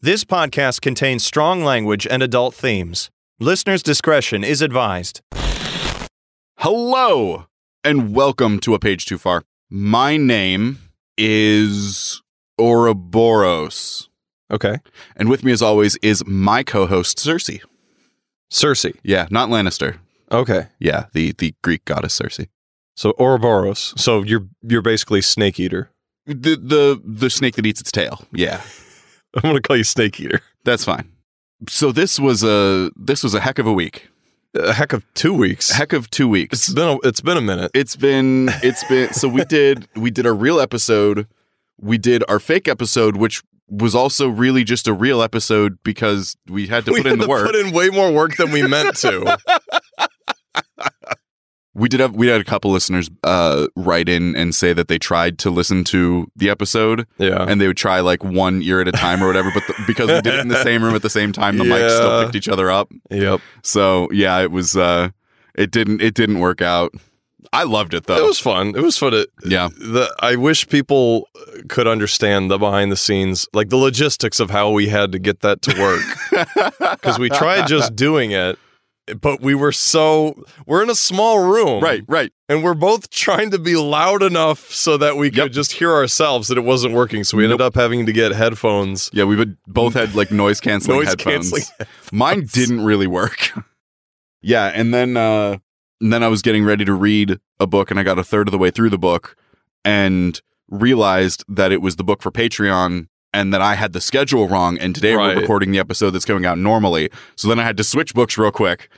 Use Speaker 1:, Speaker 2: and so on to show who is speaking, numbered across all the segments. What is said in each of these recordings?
Speaker 1: This podcast contains strong language and adult themes. Listener's discretion is advised.
Speaker 2: Hello and welcome to A Page Too Far. My name is Ouroboros.
Speaker 1: Okay.
Speaker 2: And with me, as always, is my co host, Cersei.
Speaker 1: Cersei.
Speaker 2: Yeah, not Lannister.
Speaker 1: Okay.
Speaker 2: Yeah, the, the Greek goddess Cersei.
Speaker 1: So Ouroboros. So you're you're basically snake eater.
Speaker 2: The, the, the snake that eats its tail. Yeah,
Speaker 1: I'm going to call you snake eater.
Speaker 2: that's fine. So this was a this was a heck of a week,
Speaker 1: A heck of 2 weeks.
Speaker 2: heck of two
Speaker 1: It's
Speaker 2: weeks.
Speaker 1: been a, it's been a minute.
Speaker 2: It's been it's been so we did we did our real episode, we did our fake episode, which was also really just a real episode because we had to
Speaker 1: we
Speaker 2: put
Speaker 1: had
Speaker 2: in the
Speaker 1: to
Speaker 2: work.
Speaker 1: put in way more work than we meant to.
Speaker 2: We did have we had a couple listeners uh, write in and say that they tried to listen to the episode
Speaker 1: yeah.
Speaker 2: and they would try like one ear at a time or whatever, but the, because we did it in the same room at the same time, the mics still
Speaker 1: Yeah.
Speaker 2: picked each other up.
Speaker 1: Yep.
Speaker 2: So yeah, it was uh, it didn't it didn't work out. I loved it
Speaker 1: It
Speaker 2: though.
Speaker 1: was fun. It was fun to
Speaker 2: yeah,
Speaker 1: the I wish people could understand the behind the scenes, like the logistics of how we had to get that to work. Because we tried just doing it, but we were so we're in a small room,
Speaker 2: right, right.
Speaker 1: And we're both trying to be loud enough so that we
Speaker 2: Yep.
Speaker 1: could just hear ourselves that it wasn't working. So we ended up having to get headphones.
Speaker 2: Yeah, we would both had like noise canceling
Speaker 1: Noise
Speaker 2: headphones.
Speaker 1: canceling
Speaker 2: Mine didn't really work. yeah, and then uh and then I was getting ready to read a book and I got a third of the way through the book and realized that it was the book for Patreon and that I had the schedule wrong and today
Speaker 1: Right.
Speaker 2: we're recording the episode that's coming out normally. So then I had to switch books real quick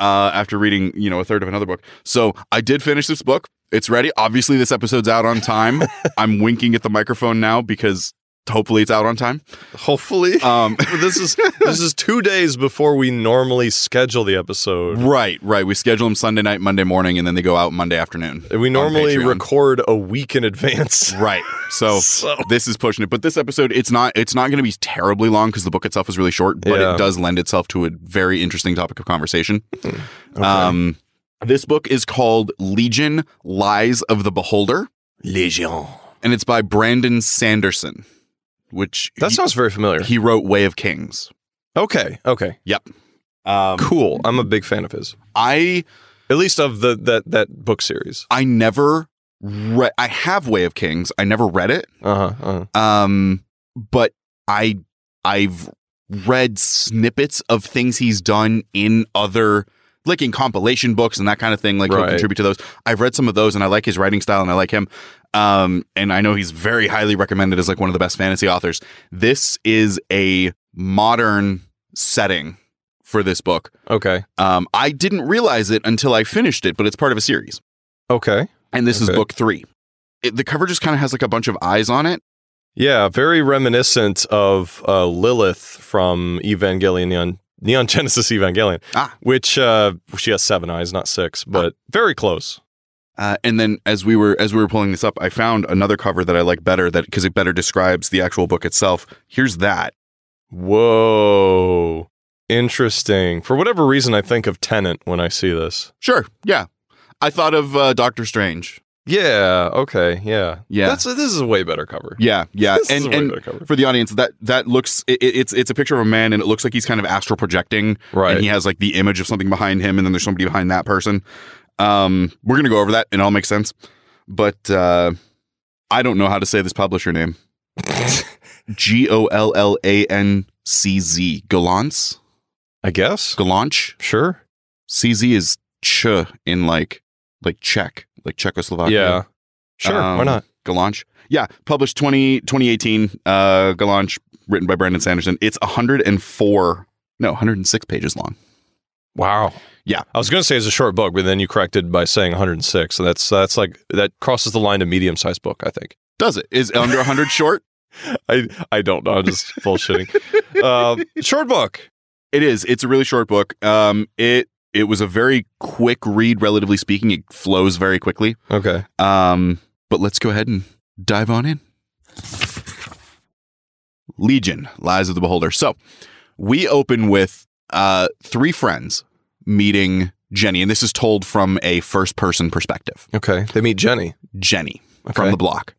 Speaker 2: uh after reading, you know, a third of another book. So I did finish this book. It's ready. Obviously this episode's out on time. I'm winking at the microphone now because hopefully it's out on time.
Speaker 1: Hopefully.
Speaker 2: Um
Speaker 1: this is this is two days before we normally schedule the episode.
Speaker 2: Right, right. We schedule them Sunday night, Monday morning, and then they go out Monday afternoon.
Speaker 1: We normally
Speaker 2: Patreon.
Speaker 1: record a week in advance.
Speaker 2: Right. So
Speaker 1: So
Speaker 2: this is pushing it, but this episode it's not it's not going to be terribly long because the book itself is really short, but
Speaker 1: Yeah.
Speaker 2: it does lend itself to a very interesting topic of conversation.
Speaker 1: Okay.
Speaker 2: Um, this book is called Legion: Lies of the Beholder,
Speaker 1: Legion.
Speaker 2: and it's by Brandon Sanderson, which
Speaker 1: That sounds very familiar.
Speaker 2: he, he wrote Way of Kings.
Speaker 1: Okay. Okay.
Speaker 2: Um,
Speaker 1: Cool. I'm a big fan of his.
Speaker 2: I
Speaker 1: At least of the that that book series.
Speaker 2: I never read. I have Way of Kings. I never read it.
Speaker 1: Uh huh. Uh-huh.
Speaker 2: um but i i've read snippets of things he's done in other like in compilation books and that kind of thing like
Speaker 1: Right.
Speaker 2: he'll contribute to those i've read some of those and i like his writing style and i like him um and i know he's very highly recommended as like one of the best fantasy authors this is a modern setting for this book
Speaker 1: Okay.
Speaker 2: um i didn't realize it until i finished it but it's part of a series
Speaker 1: Okay.
Speaker 2: and this is
Speaker 1: Okay.
Speaker 2: book three it, the cover just kind of has like a bunch of eyes on it
Speaker 1: Yeah. Very reminiscent of uh, Lilith from Evangelion. Neon, Neon Genesis Evangelion.
Speaker 2: Ah.
Speaker 1: Which uh, she has seven eyes, not six, but very close.
Speaker 2: Uh, and then as we were as we were pulling this up, I found another cover that I like better that because it better describes the actual book itself. Here's that.
Speaker 1: Whoa. Interesting. For whatever reason, I think of Tenant when I see this.
Speaker 2: Sure, yeah. I thought of uh, Doctor Strange.
Speaker 1: Yeah. Okay. Yeah.
Speaker 2: Yeah.
Speaker 1: That's this is a way better cover.
Speaker 2: Yeah, yeah.
Speaker 1: This is
Speaker 2: and
Speaker 1: a way
Speaker 2: and
Speaker 1: better cover.
Speaker 2: for the audience, that that looks it, it- it's it's a picture of a man, and it looks like he's kind of astral projecting,
Speaker 1: Right.
Speaker 2: and he has like the image of something behind him, and then there's somebody behind that person. Um, we're gonna go over that, and it all makes sense. But uh, I don't know how to say this publisher name. G O L L A N C Z Galance.
Speaker 1: I guess.
Speaker 2: Galanch.
Speaker 1: Sure.
Speaker 2: CZ is ch in like like Czech, like Czechoslovakia.
Speaker 1: yeah. Sure. why
Speaker 2: Um,
Speaker 1: not?
Speaker 2: Galanch. Yeah, published 20, 2018. Uh, Galanch, written by Brandon Sanderson. It's 104, no, 106 pages long.
Speaker 1: Wow.
Speaker 2: Yeah.
Speaker 1: I was going to say it's a short book, but then you corrected by saying 106. So that's that's like that crosses the line to medium sized book. I think.
Speaker 2: Does it? Is under 100 short?
Speaker 1: I I don't know. I'm just bullshitting. Um short book.
Speaker 2: It is. It's a really short book. Um, it it was a very quick read, relatively speaking. It flows very quickly.
Speaker 1: Okay.
Speaker 2: Um, but let's go ahead and dive on in. Legion, Lies of the Beholder. So we open with uh, three friends meeting Jenny, and this is told from a first person perspective.
Speaker 1: Okay. They meet Jenny
Speaker 2: Jenny
Speaker 1: okay.
Speaker 2: from the block.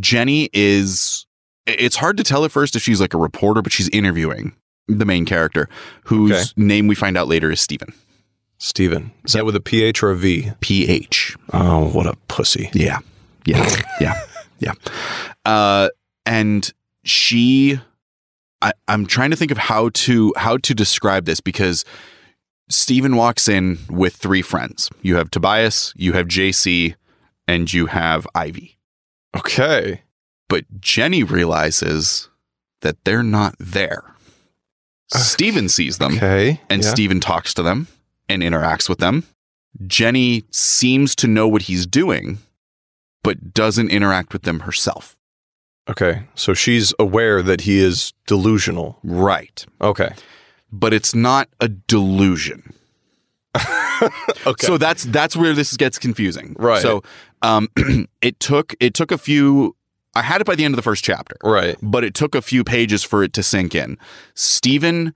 Speaker 2: Jenny is i- it's hard to tell at first if she's like a reporter, but she's interviewing the main character, whose
Speaker 1: Okay.
Speaker 2: name we find out later is Stephen.
Speaker 1: Steven. Is that with a PH or a V?
Speaker 2: PH.
Speaker 1: Oh, what a pussy.
Speaker 2: Yeah. Yeah. yeah. Yeah. Uh, and she, I, I'm trying to think of how to, how to describe this because Steven walks in with three friends. You have Tobias, you have JC, and you have Ivy.
Speaker 1: Okay.
Speaker 2: But Jenny realizes that they're not there. Steven sees them
Speaker 1: Uh, Okay.
Speaker 2: and
Speaker 1: yeah.
Speaker 2: Steven talks to them and interacts with them. Jenny seems to know what he's doing, but doesn't interact with them herself.
Speaker 1: Okay. So she's aware that he is delusional.
Speaker 2: Right.
Speaker 1: Okay.
Speaker 2: But it's not a delusion.
Speaker 1: okay.
Speaker 2: So that's that's where this gets confusing.
Speaker 1: Right.
Speaker 2: So um it took it took a few I had it by the end of the first chapter.
Speaker 1: right.
Speaker 2: but it took a few pages for it to sink in. Steven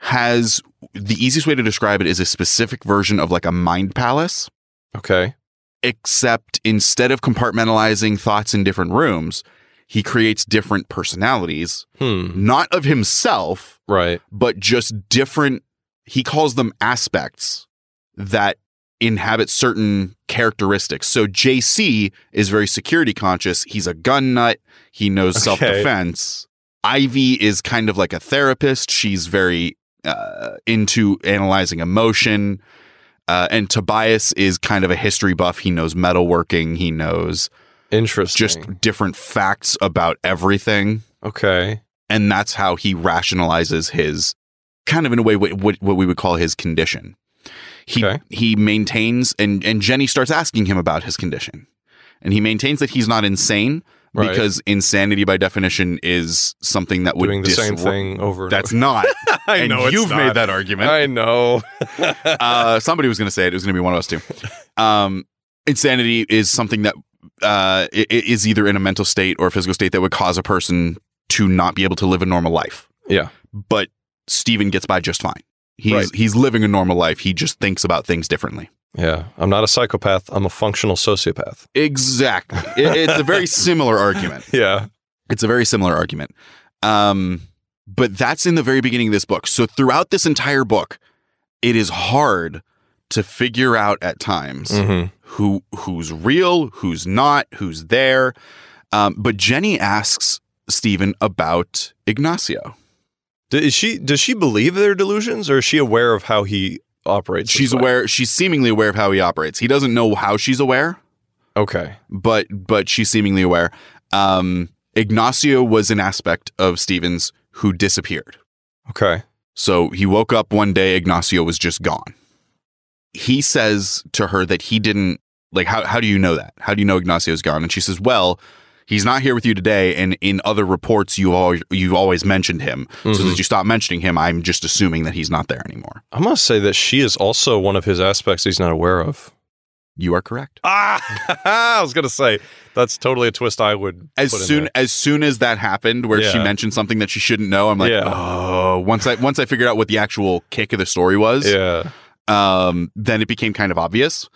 Speaker 2: has the easiest way to describe it is a specific version of like a mind palace,
Speaker 1: Okay.
Speaker 2: except instead of compartmentalizing thoughts in different rooms, he creates different personalities,
Speaker 1: Hmm.
Speaker 2: not of himself,
Speaker 1: Right.
Speaker 2: but just different, he calls them aspects that inhabit certain characteristics. So JC is very security conscious. He's a gun nut. He knows
Speaker 1: Okay.
Speaker 2: self defense. Ivy is kind of like a therapist. She's very uh, into analyzing emotion. Uh, and Tobias is kind of a history buff. He knows metalworking. He knows
Speaker 1: Interesting.
Speaker 2: just different facts about everything
Speaker 1: okay.
Speaker 2: and that's how he rationalizes his kind of in a way what what, what we would call his condition. He
Speaker 1: Okay.
Speaker 2: he maintains and and Jenny starts asking him about his condition, and he maintains that he's not insane
Speaker 1: Right.
Speaker 2: because insanity by definition is something that would
Speaker 1: Doing the same
Speaker 2: disrupt-
Speaker 1: thing over. and
Speaker 2: That's not.
Speaker 1: over. I
Speaker 2: and
Speaker 1: know it's
Speaker 2: you've
Speaker 1: not.
Speaker 2: made that argument
Speaker 1: I know.
Speaker 2: uh, somebody was going to say it. It was going to be one of us two. Um, insanity is something that uh, i- i- is either in a mental state or a physical state that would cause a person to not be able to live a normal life.
Speaker 1: Yeah.
Speaker 2: But Steven gets by just fine. He's
Speaker 1: Right.
Speaker 2: he's living a normal life. He just thinks about things differently.
Speaker 1: yeah. I'm not a psychopath. I'm a functional sociopath.
Speaker 2: Exactly. It- it's a very similar argument.
Speaker 1: Yeah.
Speaker 2: It's a very similar argument. Um, but that's in the very beginning of this book. So throughout this entire book, it is hard to figure out at times
Speaker 1: Mm-hmm.
Speaker 2: who who's real, who's not, who's there. Um, but Jenny asks Stephen about Ignacio.
Speaker 1: Is she? Does she believe their delusions, or is she aware of how he operates? this
Speaker 2: She's
Speaker 1: way?
Speaker 2: aware. She's seemingly aware of how he operates. He doesn't know how she's aware,
Speaker 1: Okay.
Speaker 2: but but she's seemingly aware. Um, Ignacio was an aspect of Stephen's who disappeared.
Speaker 1: Okay.
Speaker 2: So he woke up one day. Ignacio was just gone. He says to her that he didn't like. How how do you know that? How do you know Ignacio's gone? And she says, well. He's not here with you today, and in other reports, you all you've always mentioned him. So
Speaker 1: Mhm.
Speaker 2: since you stop mentioning him, I'm just assuming that he's not there anymore.
Speaker 1: I must say that she is also one of his aspects he's not aware of.
Speaker 2: You are correct.
Speaker 1: Ah, I was gonna say that's totally a twist I would.
Speaker 2: As
Speaker 1: put in
Speaker 2: soon
Speaker 1: there.
Speaker 2: as soon as that happened, where she
Speaker 1: Yeah.
Speaker 2: mentioned something that she shouldn't know, I'm like,
Speaker 1: Yeah.
Speaker 2: oh. Once I once I figured out what the actual kick of the story was,
Speaker 1: yeah,
Speaker 2: um, then it became kind of obvious,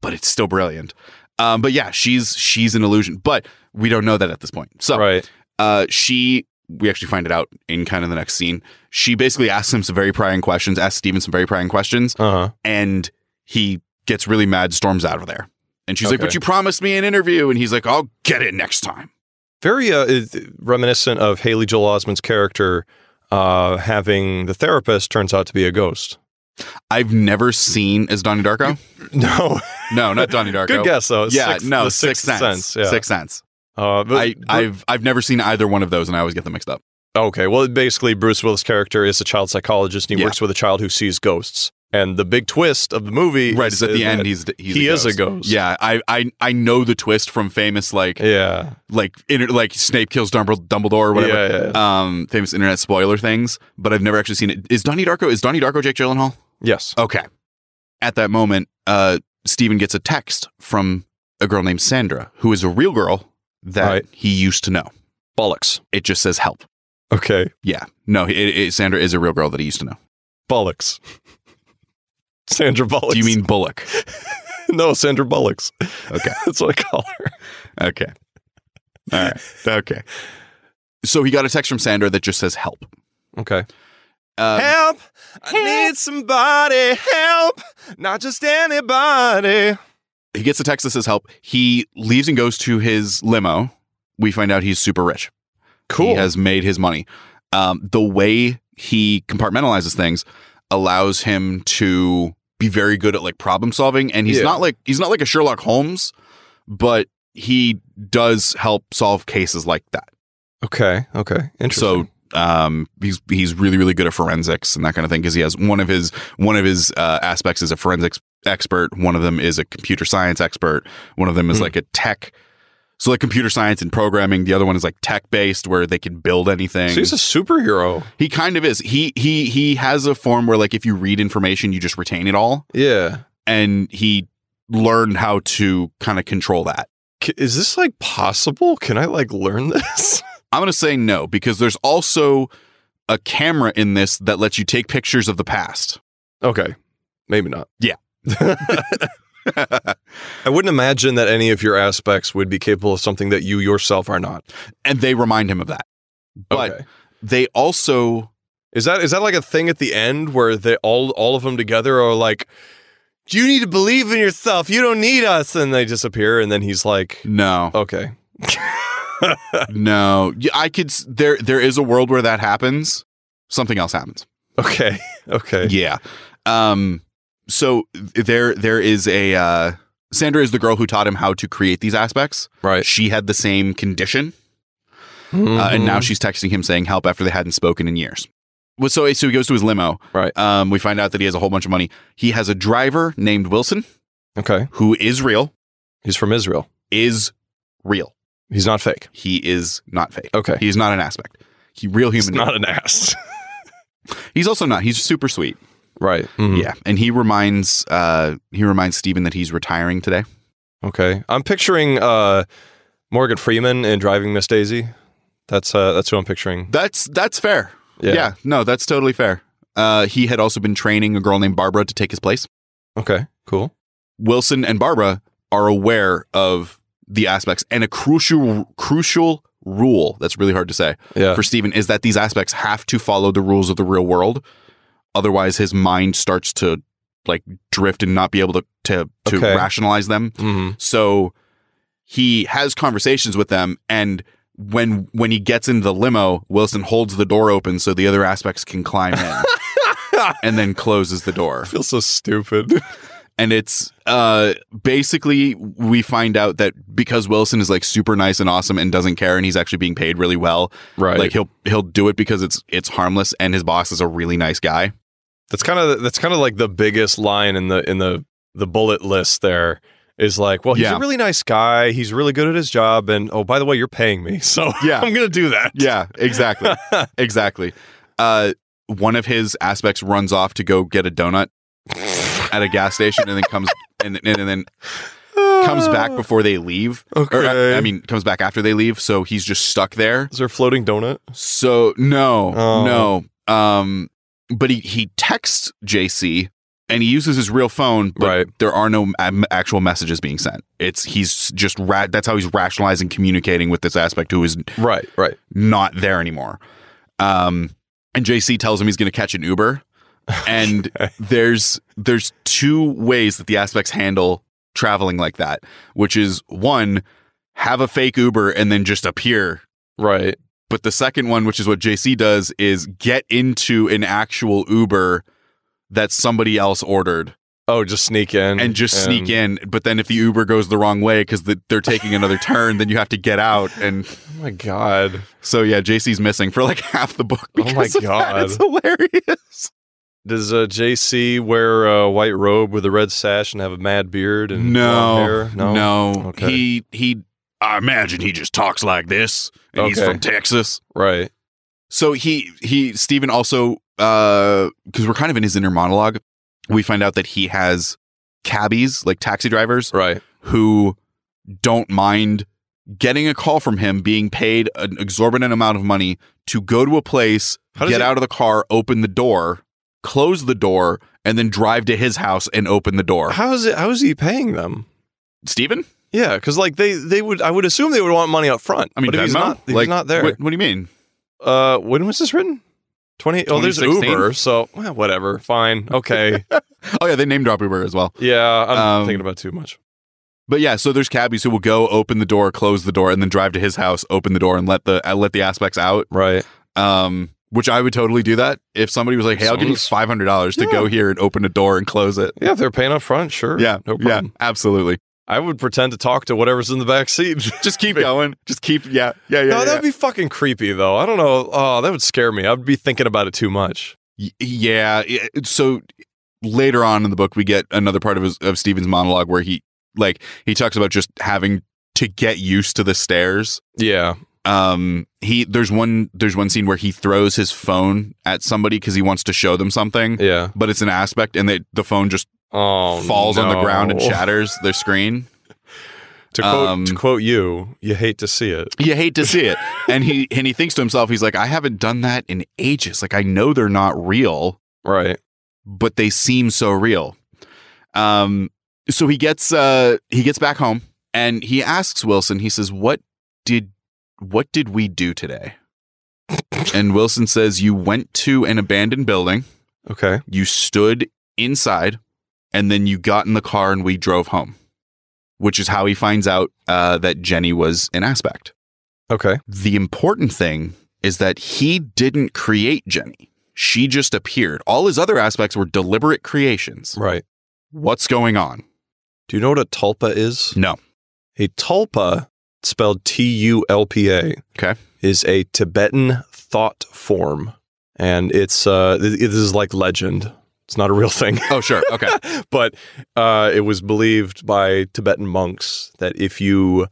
Speaker 2: but it's still brilliant. Um, but yeah, she's she's an illusion, but we don't know that at this point. So
Speaker 1: right.
Speaker 2: uh, she we actually find it out in kind of the next scene. She basically asks him some very prying questions, asks Steven some very prying questions,
Speaker 1: Uh huh.
Speaker 2: and he gets really mad, storms out of there. And she's like,
Speaker 1: Okay.
Speaker 2: "But you promised me an interview," and he's like, "I'll get it next time."
Speaker 1: Very uh, is- reminiscent of Haley Joel Osment's character uh, having the therapist turns out to be a ghost.
Speaker 2: I've never seen as Donnie Darko.
Speaker 1: No,
Speaker 2: No, not Donnie Darko.
Speaker 1: good guess though.
Speaker 2: Yeah,
Speaker 1: Sixth-
Speaker 2: no,
Speaker 1: the
Speaker 2: Sixth,
Speaker 1: Sixth
Speaker 2: Sense.
Speaker 1: Yeah.
Speaker 2: Sixth Sense.
Speaker 1: Uh, but,
Speaker 2: I, I've I've never seen either one of those, and I always get them mixed up.
Speaker 1: okay. Well, basically, Bruce Willis' character is a child psychologist, and he
Speaker 2: Yeah.
Speaker 1: works with a child who sees ghosts. And the big twist of the movie,
Speaker 2: Right, is at the end
Speaker 1: uh, that-
Speaker 2: he's he's
Speaker 1: he
Speaker 2: a
Speaker 1: is a
Speaker 2: ghost.
Speaker 1: ghost.
Speaker 2: Yeah, I, I I know the twist from famous like
Speaker 1: yeah,
Speaker 2: like inter, like Snape kills Dumbledore, Dumbledore or whatever.
Speaker 1: Yeah, yeah.
Speaker 2: Um, famous internet spoiler things, but I've never actually seen it. Is Donnie Darko? Is Donnie Darko Jake Gyllenhaal?
Speaker 1: yes.
Speaker 2: Okay. At that moment, uh, Steven gets a text from a girl named Sandra, who is a real girl that
Speaker 1: Right.
Speaker 2: he used to know.
Speaker 1: Bollocks.
Speaker 2: It just says help.
Speaker 1: Okay.
Speaker 2: Yeah. No, it, it, Sandra is a real girl that he used to know.
Speaker 1: Bollocks. Sandra Bollocks.
Speaker 2: Do you mean Bullock?
Speaker 1: no, Sandra Bullocks.
Speaker 2: Okay.
Speaker 1: That's what I call her.
Speaker 2: Okay. All right. Okay. So he got a text from Sandra that just says help.
Speaker 1: Okay.
Speaker 2: Um,
Speaker 1: help! I need somebody. Help! Not just anybody.
Speaker 2: he gets the text that says help. He leaves and goes to his limo. We find out he's super rich. He
Speaker 1: Cool.
Speaker 2: has made his money. Um, the way he compartmentalizes things allows him to be very good at like problem solving, and he's
Speaker 1: Yeah.
Speaker 2: not like he's not like a Sherlock Holmes, but he does help solve cases like that.
Speaker 1: okay. Okay. Interesting.
Speaker 2: So um, he's he's really really good at forensics and that kind of thing because he has one of his one of his uh, aspects is a forensics expert. One of them is a computer science expert. One of them is
Speaker 1: Hmm.
Speaker 2: like a tech. So like computer science and programming. The other one is like tech based where they can build anything.
Speaker 1: So he's a superhero.
Speaker 2: he kind of is. He he he has a form where like if you read information, you just retain it all,
Speaker 1: Yeah.
Speaker 2: and he learned how to kind of control that.
Speaker 1: C- Is this like possible? Can I like learn this?
Speaker 2: I'm going to say no because there's also a camera in this that lets you take pictures of the past.
Speaker 1: okay. Maybe not.
Speaker 2: Yeah.
Speaker 1: I wouldn't imagine that any of your aspects would be capable of something that you yourself are not.
Speaker 2: and they remind him of that. But they also
Speaker 1: Is that is that like a thing at the end where they all all of them together are like, "You need to believe in yourself. You don't need us," and they disappear, and then he's like,
Speaker 2: no.
Speaker 1: "Okay,
Speaker 2: No. Yeah, I could s- there there is a world where that happens. Something else happens.
Speaker 1: okay, okay."
Speaker 2: Yeah. Um so there there is a uh Sandra is the girl who taught him how to create these aspects.
Speaker 1: Right.
Speaker 2: She had the same condition. uh, and
Speaker 1: Mm-hmm.
Speaker 2: now she's texting him saying help after they hadn't spoken in years. Well, so so he goes to his limo.
Speaker 1: Right.
Speaker 2: Um, we find out that he has a whole bunch of money. He has a driver named Wilson
Speaker 1: okay,
Speaker 2: who is real.
Speaker 1: he's from Israel.
Speaker 2: Is real.
Speaker 1: He's not fake.
Speaker 2: He is not fake.
Speaker 1: Okay,
Speaker 2: He's not an aspect. He real
Speaker 1: he's
Speaker 2: human. being.
Speaker 1: not an ass.
Speaker 2: He's also not. He's super sweet.
Speaker 1: right. mhm.
Speaker 2: Yeah. And he reminds uh he reminds Steven that he's retiring today.
Speaker 1: Okay. I'm picturing uh, Morgan Freeman in Driving Miss Daisy. That's uh, that's who I'm picturing.
Speaker 2: That's that's fair. Yeah. no, that's totally fair. Uh he had also been training a girl named Barbara to take his place.
Speaker 1: Okay. Cool.
Speaker 2: Wilson and Barbara are aware of the aspects and a crucial crucial rule that's really hard to say
Speaker 1: Yeah.
Speaker 2: for Steven is that these aspects have to follow the rules of the real world otherwise his mind starts to like drift and not be able to to, to
Speaker 1: Okay.
Speaker 2: rationalize them
Speaker 1: hmm
Speaker 2: so he has conversations with them and when when he gets into the limo Wilson holds the door open so the other aspects can climb in and then closes the door
Speaker 1: I feel so stupid.
Speaker 2: and it's uh basically we find out that because Wilson is like super nice and awesome and doesn't care and he's actually being paid really well
Speaker 1: right.
Speaker 2: like he'll he'll do it because it's it's harmless and his boss is a really nice guy
Speaker 1: That's kind of that's kind of like the biggest line in the in the the bullet list there is like, well, he's
Speaker 2: Yeah.
Speaker 1: a really nice guy. He's really good at his job, and oh, by the way, you're paying me, so
Speaker 2: yeah
Speaker 1: I'm gonna do that.
Speaker 2: yeah exactly exactly uh one of his aspects runs off to go get a donut at a gas station and then comes and, and, and then comes back
Speaker 1: Oh.
Speaker 2: before they leave
Speaker 1: Okay.
Speaker 2: or I mean comes back after they leave so he's just stuck there
Speaker 1: is there a floating donut?
Speaker 2: So no,
Speaker 1: Oh.
Speaker 2: no. Um, but he he texts JC and he uses his real phone, but
Speaker 1: Right.
Speaker 2: there are no um, actual messages being sent. It's he's just ra- that's how he's rationalizing communicating with this aspect who is
Speaker 1: Right. Right.
Speaker 2: not there anymore. Um, and JC tells him he's going to catch an Uber, and
Speaker 1: Okay.
Speaker 2: there's there's two ways that the aspects handle traveling like that, which is one, have a fake Uber and then just appear
Speaker 1: Right.
Speaker 2: but the second one, which is what JC does, is get into an actual Uber that somebody else ordered
Speaker 1: Oh, just sneak in
Speaker 2: and just sneak in. But then if the Uber goes the wrong way because the, they're taking another turn, then you have to get out. And
Speaker 1: Oh my god.
Speaker 2: so, yeah, JC's missing for like half the book.
Speaker 1: Oh my
Speaker 2: Because of that.
Speaker 1: God.
Speaker 2: It's hilarious.
Speaker 1: Does uh, JC wear a white robe with a red sash and have a mad beard and blonde hair?
Speaker 2: No, no,
Speaker 1: Okay.
Speaker 2: He, he, I imagine he just talks like this and he's
Speaker 1: Okay.
Speaker 2: from Texas.
Speaker 1: Right.
Speaker 2: So he he Stephen also because we're kind of in his inner monologue, we find out that he has cabbies like taxi drivers
Speaker 1: Right.
Speaker 2: who don't mind getting a call from him being paid an exorbitant amount of money to go to a place,
Speaker 1: How does
Speaker 2: get
Speaker 1: he-
Speaker 2: out of the car, open the door, close the door, and then drive to his house and open the door.
Speaker 1: How is it? How is he paying them?
Speaker 2: Stephen,
Speaker 1: Yeah, because like they they would I would assume they would want money up front.
Speaker 2: I mean,
Speaker 1: but if he's
Speaker 2: Venmo?
Speaker 1: not, if
Speaker 2: Like,
Speaker 1: he's not there.
Speaker 2: What, what do you mean?
Speaker 1: Uh, when was this written? Twenty. Oh, there's
Speaker 2: 2016?
Speaker 1: Uber. So well, whatever. Fine. Okay.
Speaker 2: Oh yeah, they name drop Uber as well.
Speaker 1: yeah, I'm not
Speaker 2: Um,
Speaker 1: thinking about it too much.
Speaker 2: But yeah, so there's cabbies who will go open the door, close the door, and then drive to his house, open the door, and let the uh, let the aspects out.
Speaker 1: Right.
Speaker 2: Um, which I would totally do that if somebody was like, "Hey, I'll give you
Speaker 1: Sounds-
Speaker 2: five hundred dollars to
Speaker 1: Yeah.
Speaker 2: go here and open a door and close it."
Speaker 1: Yeah, if they're paying up front, sure.
Speaker 2: Yeah,
Speaker 1: No
Speaker 2: yeah,
Speaker 1: problem.
Speaker 2: absolutely.
Speaker 1: I would pretend to talk to whatever's in the back seat.
Speaker 2: Just keep going. Just keep. Yeah, yeah, yeah.
Speaker 1: no,
Speaker 2: yeah.
Speaker 1: that'd be fucking creepy though. I don't know. Oh, that would scare me. I'd be thinking about it too much.
Speaker 2: Y- yeah i- so later on in the book we get another part of his, of Stephen's monologue where he like he talks about just having to get used to the stairs
Speaker 1: Yeah.
Speaker 2: um he there's one there's one scene where he throws his phone at somebody cuz he wants to show them something
Speaker 1: Yeah.
Speaker 2: but it's an aspect and they, the phone just
Speaker 1: Oh,
Speaker 2: falls on the ground and
Speaker 1: no.
Speaker 2: shatters their screen
Speaker 1: To quote, to
Speaker 2: Um,
Speaker 1: quote you, you hate to see it.
Speaker 2: you hate to see it and he and he thinks to himself he's like i haven't done that in ages like i know they're not real
Speaker 1: Right.
Speaker 2: but they seem so real. Um, so he gets uh, he gets back home and he asks Wilson. He says, "What did what did we do today?" And Wilson says, "You went to an abandoned building.
Speaker 1: Okay.
Speaker 2: You stood inside, and then you got in the car and we drove home." Which is how he finds out uh, that Jenny was an aspect.
Speaker 1: Okay.
Speaker 2: The important thing is that he didn't create Jenny. She just appeared. All his other aspects were deliberate creations.
Speaker 1: Right.
Speaker 2: What's going on?
Speaker 1: Do you know what a tulpa is?
Speaker 2: No.
Speaker 1: A tulpa, spelled T U L P A,
Speaker 2: Okay.
Speaker 1: is a Tibetan thought form, and it's uh, th- this is like legend. It's not a real thing,
Speaker 2: Oh, sure. Okay.
Speaker 1: but uh, it was believed by Tibetan monks that if you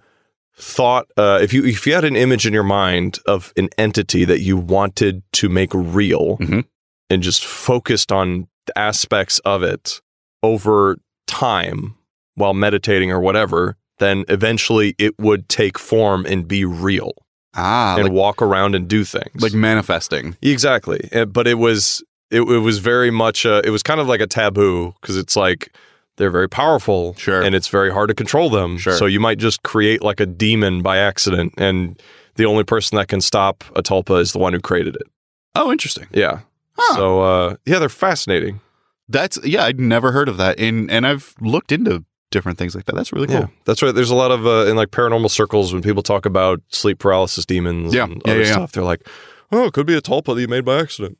Speaker 1: thought, uh, if you if you had an image in your mind of an entity that you wanted to make real,
Speaker 2: Mhm.
Speaker 1: and just focused on the aspects of it over time while meditating or whatever, then eventually it would take form and be real
Speaker 2: ah,
Speaker 1: and
Speaker 2: like,
Speaker 1: walk around and do things.
Speaker 2: like manifesting.
Speaker 1: Exactly. Uh, But it was it, it was very much a, it was kind of like a taboo because it's like they're very powerful
Speaker 2: Sure.
Speaker 1: and it's very hard to control them.
Speaker 2: Sure.
Speaker 1: So you might just create like a demon by accident and the only person that can stop a tulpa is the one who created it.
Speaker 2: oh, interesting.
Speaker 1: Yeah.
Speaker 2: Huh.
Speaker 1: So uh, yeah, they're fascinating.
Speaker 2: That's yeah. I'd never heard of that. And and I've looked into different things like that. That's really cool.
Speaker 1: Yeah, that's right. There's a lot of uh, in like paranormal circles when people talk about sleep paralysis demons
Speaker 2: Yeah.
Speaker 1: and
Speaker 2: Yeah,
Speaker 1: other
Speaker 2: yeah, yeah.
Speaker 1: stuff. They're like, oh, it could be a tulpa that you made by accident.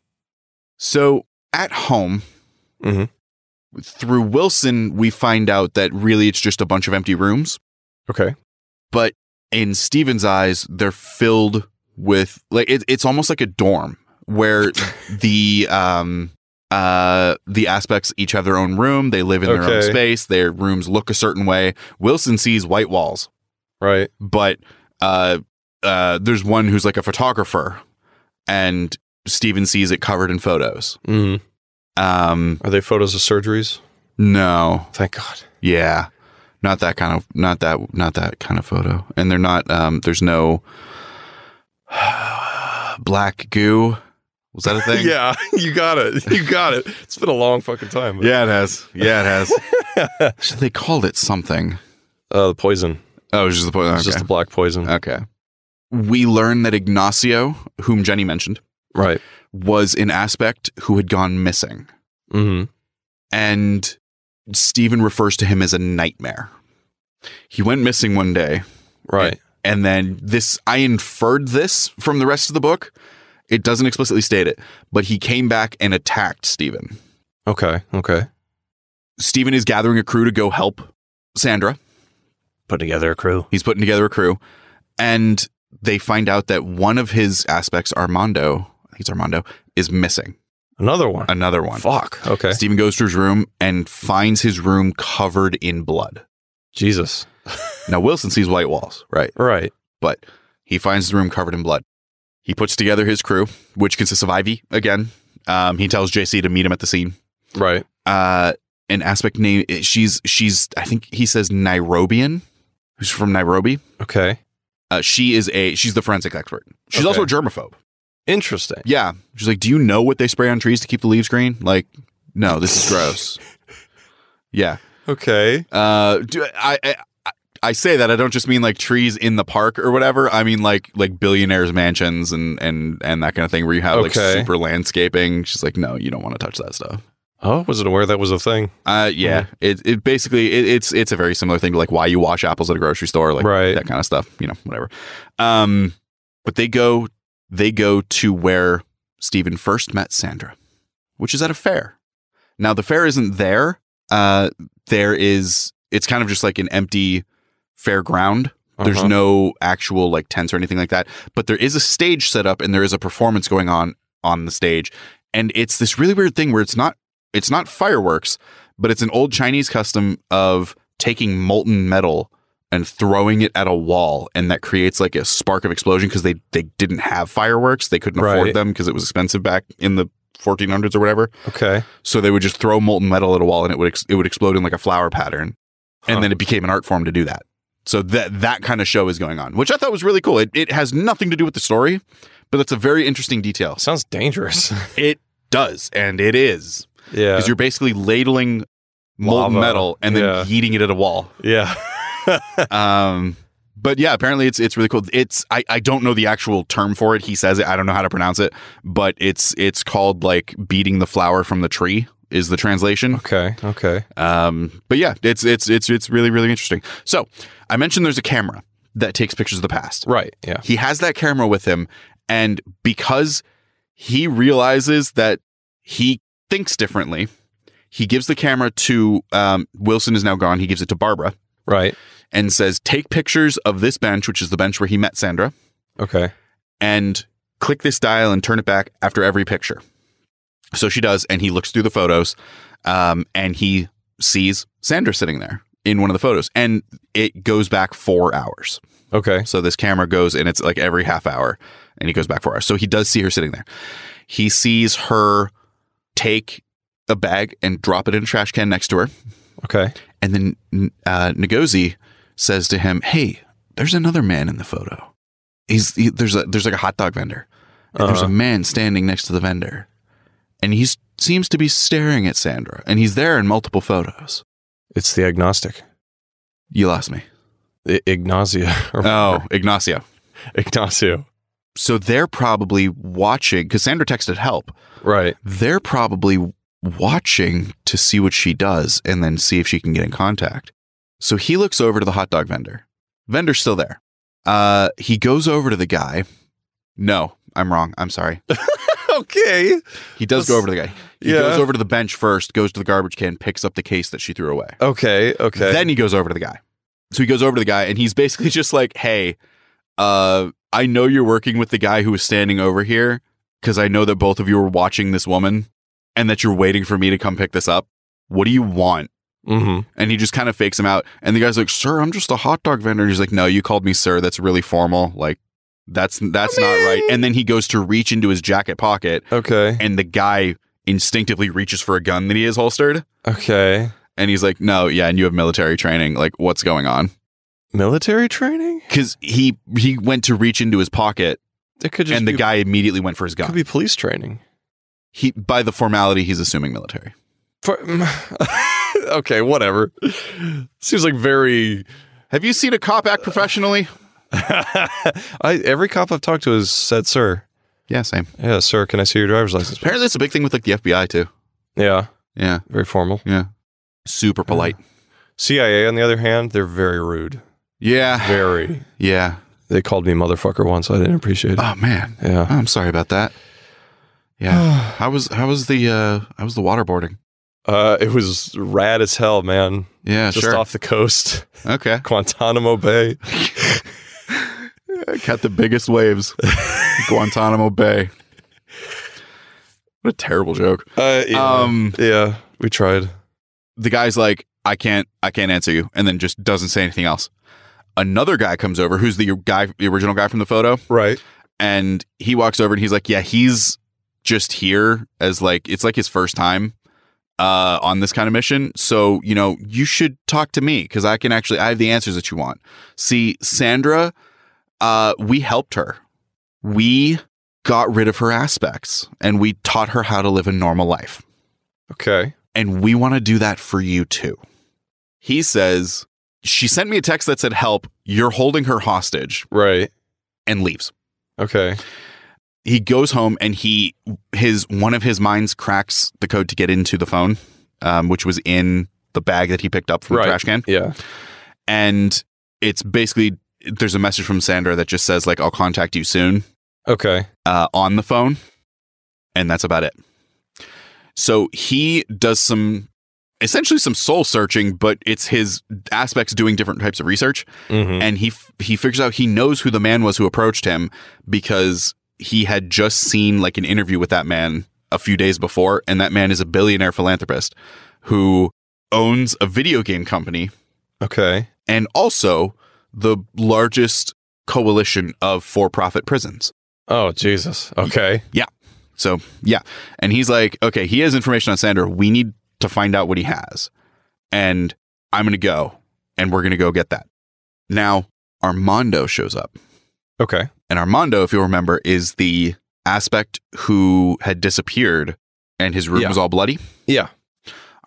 Speaker 2: So at home,
Speaker 1: Mhm.
Speaker 2: through Wilson, we find out that really it's just a bunch of empty rooms.
Speaker 1: Okay.
Speaker 2: But in Steven's eyes, they're filled with like it, it's almost like a dorm where the um uh the aspects each have their own room. They live in their own
Speaker 1: Okay.
Speaker 2: space. Their rooms look a certain way. Wilson sees white walls,
Speaker 1: Right.
Speaker 2: but uh uh there's one who's like a photographer, and Steven sees it covered in photos.
Speaker 1: Mm.
Speaker 2: Um
Speaker 1: Are they photos of surgeries?
Speaker 2: no,
Speaker 1: Thank God.
Speaker 2: Yeah. Not that kind of not that not that kind of photo. And they're not um there's no black goo. Was that a thing?
Speaker 1: Yeah, you got it. You got it. It's been a long fucking time.
Speaker 2: Yeah, it has. Yeah, it has. so they called it something.
Speaker 1: Uh, the poison.
Speaker 2: Oh, it was just the point. Okay.
Speaker 1: It's just the black poison.
Speaker 2: okay. We learn that Ignacio, whom Jenny mentioned,
Speaker 1: right.
Speaker 2: was an aspect who had gone missing.
Speaker 1: Mm-hmm.
Speaker 2: And Stephen refers to him as a nightmare. He went missing one day
Speaker 1: Right.
Speaker 2: and then this i inferred this from the rest of the book it doesn't explicitly state it but he came back and attacked stephen
Speaker 1: Okay. Okay.
Speaker 2: stephen is gathering a crew to go help sandra
Speaker 1: Putting together a crew.
Speaker 2: he's putting together a crew and they find out that one of his aspects armando i think it's armando is missing
Speaker 1: Another one.
Speaker 2: another one
Speaker 1: Fuck. Okay.
Speaker 2: stephen goes to his room and finds his room covered in blood
Speaker 1: Jesus.
Speaker 2: now wilson sees white walls right
Speaker 1: Right.
Speaker 2: but he finds the room covered in blood. He puts together his crew, which consists of Ivy again. Um, he tells JC to meet him at the scene.
Speaker 1: Right.
Speaker 2: Uh, an aspect name eh, she's she's I think he says Nairobian, who's from Nairobi.
Speaker 1: Okay.
Speaker 2: Uh, she is a she's the forensic expert. She's
Speaker 1: Okay.
Speaker 2: also a germaphobe.
Speaker 1: Interesting.
Speaker 2: Yeah, she's like, do you know what they spray on trees to keep the leaves green? Like, no, this is gross. yeah.
Speaker 1: Okay.
Speaker 2: Uh, do, I, I I say that I don't just mean like trees in the park or whatever. I mean like like billionaires' mansions and and and that kind of thing where you have like
Speaker 1: Okay.
Speaker 2: super landscaping. She's like, no, you don't want to touch that stuff.
Speaker 1: Oh, wasn't aware that was a thing.
Speaker 2: Uh, yeah, it it basically it, it's it's a very similar thing to like why you wash apples at a grocery store, like
Speaker 1: Right.
Speaker 2: that kind of stuff. You know, whatever. Um, but they go they go to where Stephen first met Sandra, which is at a fair. Now the fair isn't there. Uh, there is it's kind of just like an empty fairground. There's
Speaker 1: Uh-huh.
Speaker 2: no actual like tents or anything like that, but there is a stage set up and there is a performance going on on the stage, and it's this really weird thing where it's not it's not fireworks, but it's an old Chinese custom of taking molten metal and throwing it at a wall, and that creates like a spark of explosion because they they didn't have fireworks, they couldn't
Speaker 1: Right.
Speaker 2: afford them because it was expensive back in the 1400s or whatever.
Speaker 1: Okay.
Speaker 2: So they would just throw molten metal at a wall and it would ex- it would explode in like a flower pattern,
Speaker 1: Huh.
Speaker 2: and then it became an art form to do that. So that that kind of show is going on, which I thought was really cool. It it has nothing to do with the story, but that's a very interesting detail.
Speaker 1: Sounds dangerous.
Speaker 2: It does, and it is
Speaker 1: yeah.
Speaker 2: because you're basically ladling molten
Speaker 1: Lava.
Speaker 2: metal and then
Speaker 1: Yeah.
Speaker 2: yeeting it at a wall.
Speaker 1: Yeah.
Speaker 2: Um, but yeah, apparently it's it's really cool. It's I, I don't know the actual term for it. He says it. I don't know how to pronounce it, but it's it's called like beating the flower from the tree is the translation.
Speaker 1: okay. Okay.
Speaker 2: Um, but yeah, it's it's it's it's really really interesting. So I mentioned there's a camera that takes pictures of the past.
Speaker 1: Right. Yeah.
Speaker 2: He has that camera with him, and because he realizes that he thinks differently, he gives the camera to um, Wilson is now gone. He gives it to Barbara
Speaker 1: Right.
Speaker 2: and says, "Take pictures of this bench, which is the bench where he met Sandra,
Speaker 1: Okay.
Speaker 2: and click this dial and turn it back after every picture." So she does, and he looks through the photos, um, and he sees Sandra sitting there in one of the photos, and it goes back four hours.
Speaker 1: Okay.
Speaker 2: So this camera goes and it's like every half hour and he goes back for us. So he does see her sitting there. He sees her take a bag and drop it in a trash can next to her.
Speaker 1: Okay.
Speaker 2: And then uh, Ngozi says to him, Hey, there's another man in the photo. He's he, there's a there's like a hot dog vendor. And There's a
Speaker 1: Uh-huh.
Speaker 2: man standing next to the vendor. And he seems to be staring at Sandra. And he's there in multiple photos.
Speaker 1: It's the agnostic.
Speaker 2: You lost me.
Speaker 1: I- Ignacio. or
Speaker 2: Oh, Ignacio.
Speaker 1: Ignacio.
Speaker 2: So they're probably watching because Sandra texted help.
Speaker 1: Right.
Speaker 2: they're probably watching to see what she does and then see if she can get in contact. So he looks over to the hot dog vendor. Vendor's still there. Uh, he goes over to the guy. No, I'm wrong. I'm sorry.
Speaker 1: okay.
Speaker 2: He does go over to the guy. He
Speaker 1: Yeah.
Speaker 2: goes over to the bench first, goes to the garbage can, picks up the case that she threw away.
Speaker 1: Okay. Okay.
Speaker 2: Then he goes over to the guy. So he goes over to the guy and he's basically just like, "Hey, uh, I know you're working with the guy who was standing over here because I know that both of you are watching this woman and that you're waiting for me to come pick this up. What do you want?"
Speaker 1: hmm
Speaker 2: And he just kind of fakes him out. And the guy's like, "Sir, I'm just a hot dog vendor." And he's like, "No, you called me sir. That's really formal. Like, that's that's not right." And then he goes to reach into his jacket pocket,
Speaker 1: Okay.
Speaker 2: and the guy instinctively reaches for a gun that he has holstered.
Speaker 1: Okay.
Speaker 2: And he's like, "No, yeah, and you have military training. Like, what's going on?"
Speaker 1: Military training?
Speaker 2: because he he went to reach into his pocket
Speaker 1: It could just
Speaker 2: and the
Speaker 1: be,
Speaker 2: guy immediately went for his gun.
Speaker 1: could be police training.
Speaker 2: he by the formality he's assuming military.
Speaker 1: For- okay. Whatever. Seems like very.
Speaker 2: Have you seen a cop act professionally?
Speaker 1: I every cop I've talked to has said, "Sir,
Speaker 2: Yeah, same.
Speaker 1: yeah, sir, can I see your driver's license?" please?"
Speaker 2: Apparently, it's a big thing with like the FBI too.
Speaker 1: Yeah.
Speaker 2: Yeah,
Speaker 1: Very formal.
Speaker 2: yeah,
Speaker 1: Uh-huh.
Speaker 2: super polite.
Speaker 1: CIA, on the other hand, they're very rude.
Speaker 2: Yeah,
Speaker 1: Very.
Speaker 2: yeah.
Speaker 1: They called me motherfucker once. I didn't appreciate it.
Speaker 2: Oh man,
Speaker 1: Yeah.
Speaker 2: I'm sorry about that. Yeah, how was how was the uh how was the waterboarding?
Speaker 1: Uh, it was rad as hell, man.
Speaker 2: Yeah,
Speaker 1: Just
Speaker 2: sure.
Speaker 1: off the coast,
Speaker 2: Okay,
Speaker 1: Guantanamo Bay.
Speaker 2: got the biggest waves, Guantanamo Bay. What a terrible joke.
Speaker 1: Uh, yeah.
Speaker 2: Um.
Speaker 1: yeah, we tried.
Speaker 2: the guy's like, I can't, I can't answer you, and then just doesn't say anything else. Another guy comes over, who's the guy, the original guy from the photo,
Speaker 1: Right.
Speaker 2: and he walks over and he's like, Yeah, he's just here as like it's like his first time uh, on this kind of mission. So you know, you should talk to me because I can actually, I have the answers that you want. See, Sandra, uh, we helped her. We got rid of her aspects and we taught her how to live a normal life
Speaker 1: Okay.
Speaker 2: and we want to do that for you too. He says, she sent me a text that said, Help, you're holding her hostage,
Speaker 1: Right.
Speaker 2: and leaves.
Speaker 1: Okay.
Speaker 2: He goes home and he, his, one of his minds cracks the code to get into the phone, um, which was in the bag that he picked up from
Speaker 1: Right.
Speaker 2: the trash can.
Speaker 1: Yeah.
Speaker 2: And it's basically, there's a message from Sandra that just says, like, I'll contact you soon.
Speaker 1: Okay.
Speaker 2: uh, on the phone, and that's about it. So he does some essentially some soul searching, but it's his aspects doing different types of research,
Speaker 1: hmm
Speaker 2: and he f- he figures out he knows who the man was who approached him because he had just seen like an interview with that man a few days before, and that man is a billionaire philanthropist who owns a video game company
Speaker 1: Okay.
Speaker 2: and also the largest coalition of for-profit prisons.
Speaker 1: Oh Jesus. Okay.
Speaker 2: So yeah, and he's like, okay, he has information on Sandra. We need to find out what he has, and I'm gonna go, and we're gonna go get that. Now Armando shows up,
Speaker 1: Okay.
Speaker 2: and Armando, if you'll remember, is the aspect who had disappeared, and his room
Speaker 1: Yeah.
Speaker 2: was all bloody.
Speaker 1: Yeah.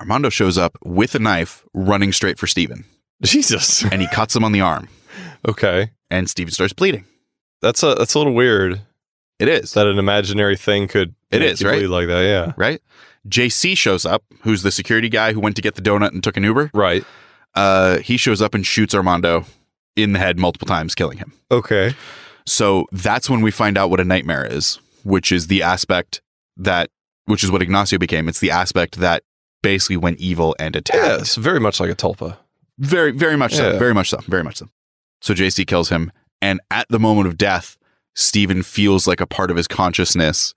Speaker 2: Armando shows up with a knife, running straight for Steven,
Speaker 1: Jesus.
Speaker 2: and he cuts him on the arm,
Speaker 1: Okay.
Speaker 2: and Steven starts bleeding.
Speaker 1: That's a that's a little weird
Speaker 2: It is
Speaker 1: that an imaginary thing could
Speaker 2: It
Speaker 1: make
Speaker 2: is,
Speaker 1: you
Speaker 2: right?
Speaker 1: bleed like that. Yeah.
Speaker 2: right. JC shows up, who's the security guy who went to get the donut and took an Uber.
Speaker 1: Right.
Speaker 2: uh, he shows up and shoots Armando in the head multiple times, killing him.
Speaker 1: Okay.
Speaker 2: So that's when we find out what a nightmare is, which is the aspect that, which is what Ignacio became. It's the aspect that basically went evil and attacked.
Speaker 1: Yeah. It's very much like a tulpa.
Speaker 2: Very, very much
Speaker 1: Yeah.
Speaker 2: so. Very much so. Very much so. So JC kills him. And at the moment of death, Steven feels like a part of his consciousness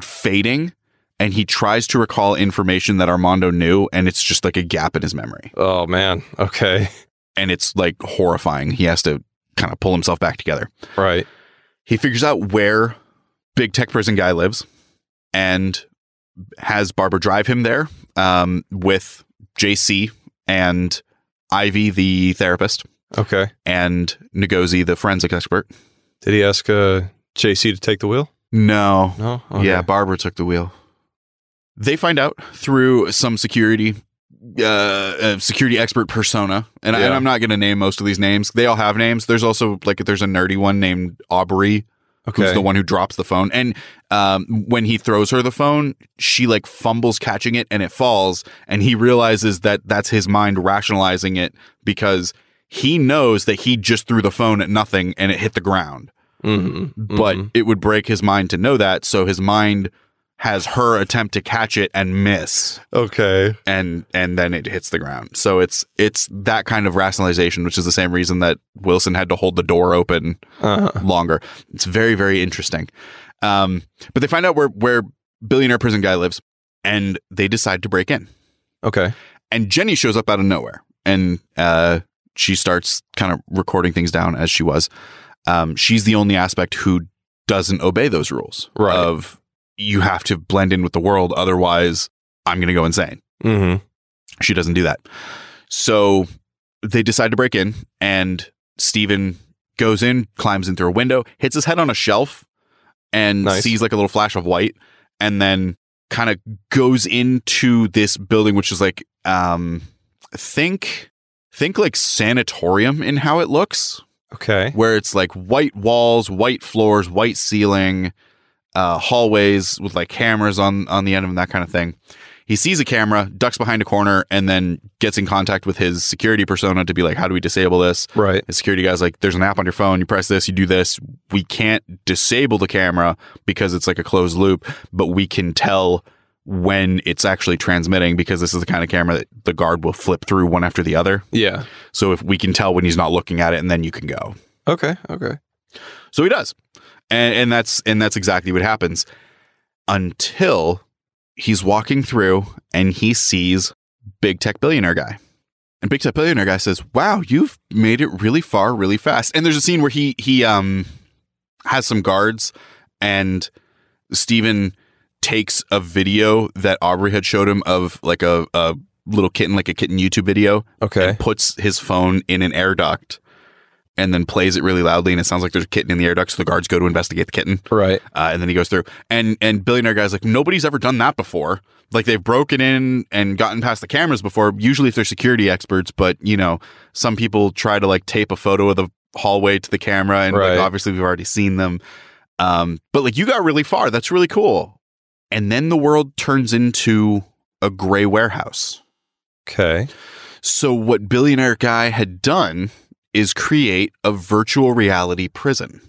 Speaker 2: fading. And he tries to recall information that Armando knew, and it's just like a gap in his memory.
Speaker 1: Oh man. Okay.
Speaker 2: and it's like horrifying. He has to kind of pull himself back together.
Speaker 1: Right.
Speaker 2: He figures out where big tech prison guy lives and has Barbara drive him there um, with JC and Ivy, the therapist,
Speaker 1: Okay.
Speaker 2: and Ngozi, the forensic expert.
Speaker 1: Did he ask uh, JC to take the wheel?
Speaker 2: No.
Speaker 1: Oh, No. Okay.
Speaker 2: Yeah, Barbara took the wheel. They find out through some security uh, uh security expert persona and, I,
Speaker 1: Yeah.
Speaker 2: and i'm not going to name most of these names they all have names there's also like there's a nerdy one named aubrey who's
Speaker 1: Okay.
Speaker 2: the one who drops the phone and um when he throws her the phone she like fumbles catching it and it falls and he realizes that that's his mind rationalizing it because he knows that he just threw the phone at nothing and it hit the ground
Speaker 1: Mhm.
Speaker 2: but
Speaker 1: Mhm.
Speaker 2: it would break his mind to know that. So his mind has her attempt to catch it and miss,
Speaker 1: Mm-hmm. okay.
Speaker 2: and and then it hits the ground. So it's it's that kind of rationalization, which is the same reason that Wilson had to hold the door open
Speaker 1: Uh,
Speaker 2: longer. It's very very interesting. Um, but they find out where where billionaire prison guy lives, and they decide to break in.
Speaker 1: okay.
Speaker 2: And Jenny shows up out of nowhere, and uh, she starts kind of recording things down as she was. Um, she's the only aspect who doesn't obey those rules
Speaker 1: Right.
Speaker 2: of you have to blend in with the world, otherwise I'm going to go insane.
Speaker 1: Mm-hmm.
Speaker 2: She doesn't do that, so they decide to break in, and Steven goes in, climbs in through a window, hits his head on a shelf, and
Speaker 1: Nice.
Speaker 2: sees like a little flash of white, and then kind of goes into this building, which is like um think think like sanatorium in how it looks,
Speaker 1: Okay.
Speaker 2: where it's like white walls, white floors, white ceiling, uh, hallways with like cameras on on the end of them, that kind of thing. He sees a camera, ducks behind a corner, and then gets in contact with his security persona to be like, "How do we disable this?"
Speaker 1: Right.
Speaker 2: The security guy's like, there's an app on your phone. You press this, you do this. We can't disable the camera because it's like a closed loop, but we can tell when it's actually transmitting because this is the kind of camera that the guard will flip through one after the other.
Speaker 1: Yeah.
Speaker 2: So if we can tell when he's not looking at it, and then you can go.
Speaker 1: Okay. Okay.
Speaker 2: So he does. And and that's and that's exactly what happens until he's walking through and he sees big tech billionaire guy. And big tech billionaire guy says, "Wow, you've made it really far really fast." And there's a scene where he he um has some guards and Steven takes a video that Aubrey had showed him of like a a little kitten like a kitten YouTube video
Speaker 1: Okay.
Speaker 2: and puts his phone in an air duct and then plays it really loudly, and it sounds like there's a kitten in the air duct. So the guards go to investigate the kitten,
Speaker 1: Right.
Speaker 2: uh, and then he goes through. And and billionaire guy's like, nobody's ever done that before. Like they've broken in and gotten past the cameras before. Usually, if they're security experts, but you know, some people try to like tape a photo of the hallway to the camera, and
Speaker 1: Right.
Speaker 2: like obviously we've already seen them. Um, but like you got really far. That's really cool. And then the world turns into a gray warehouse.
Speaker 1: Okay.
Speaker 2: So what billionaire guy had done is create a virtual reality prison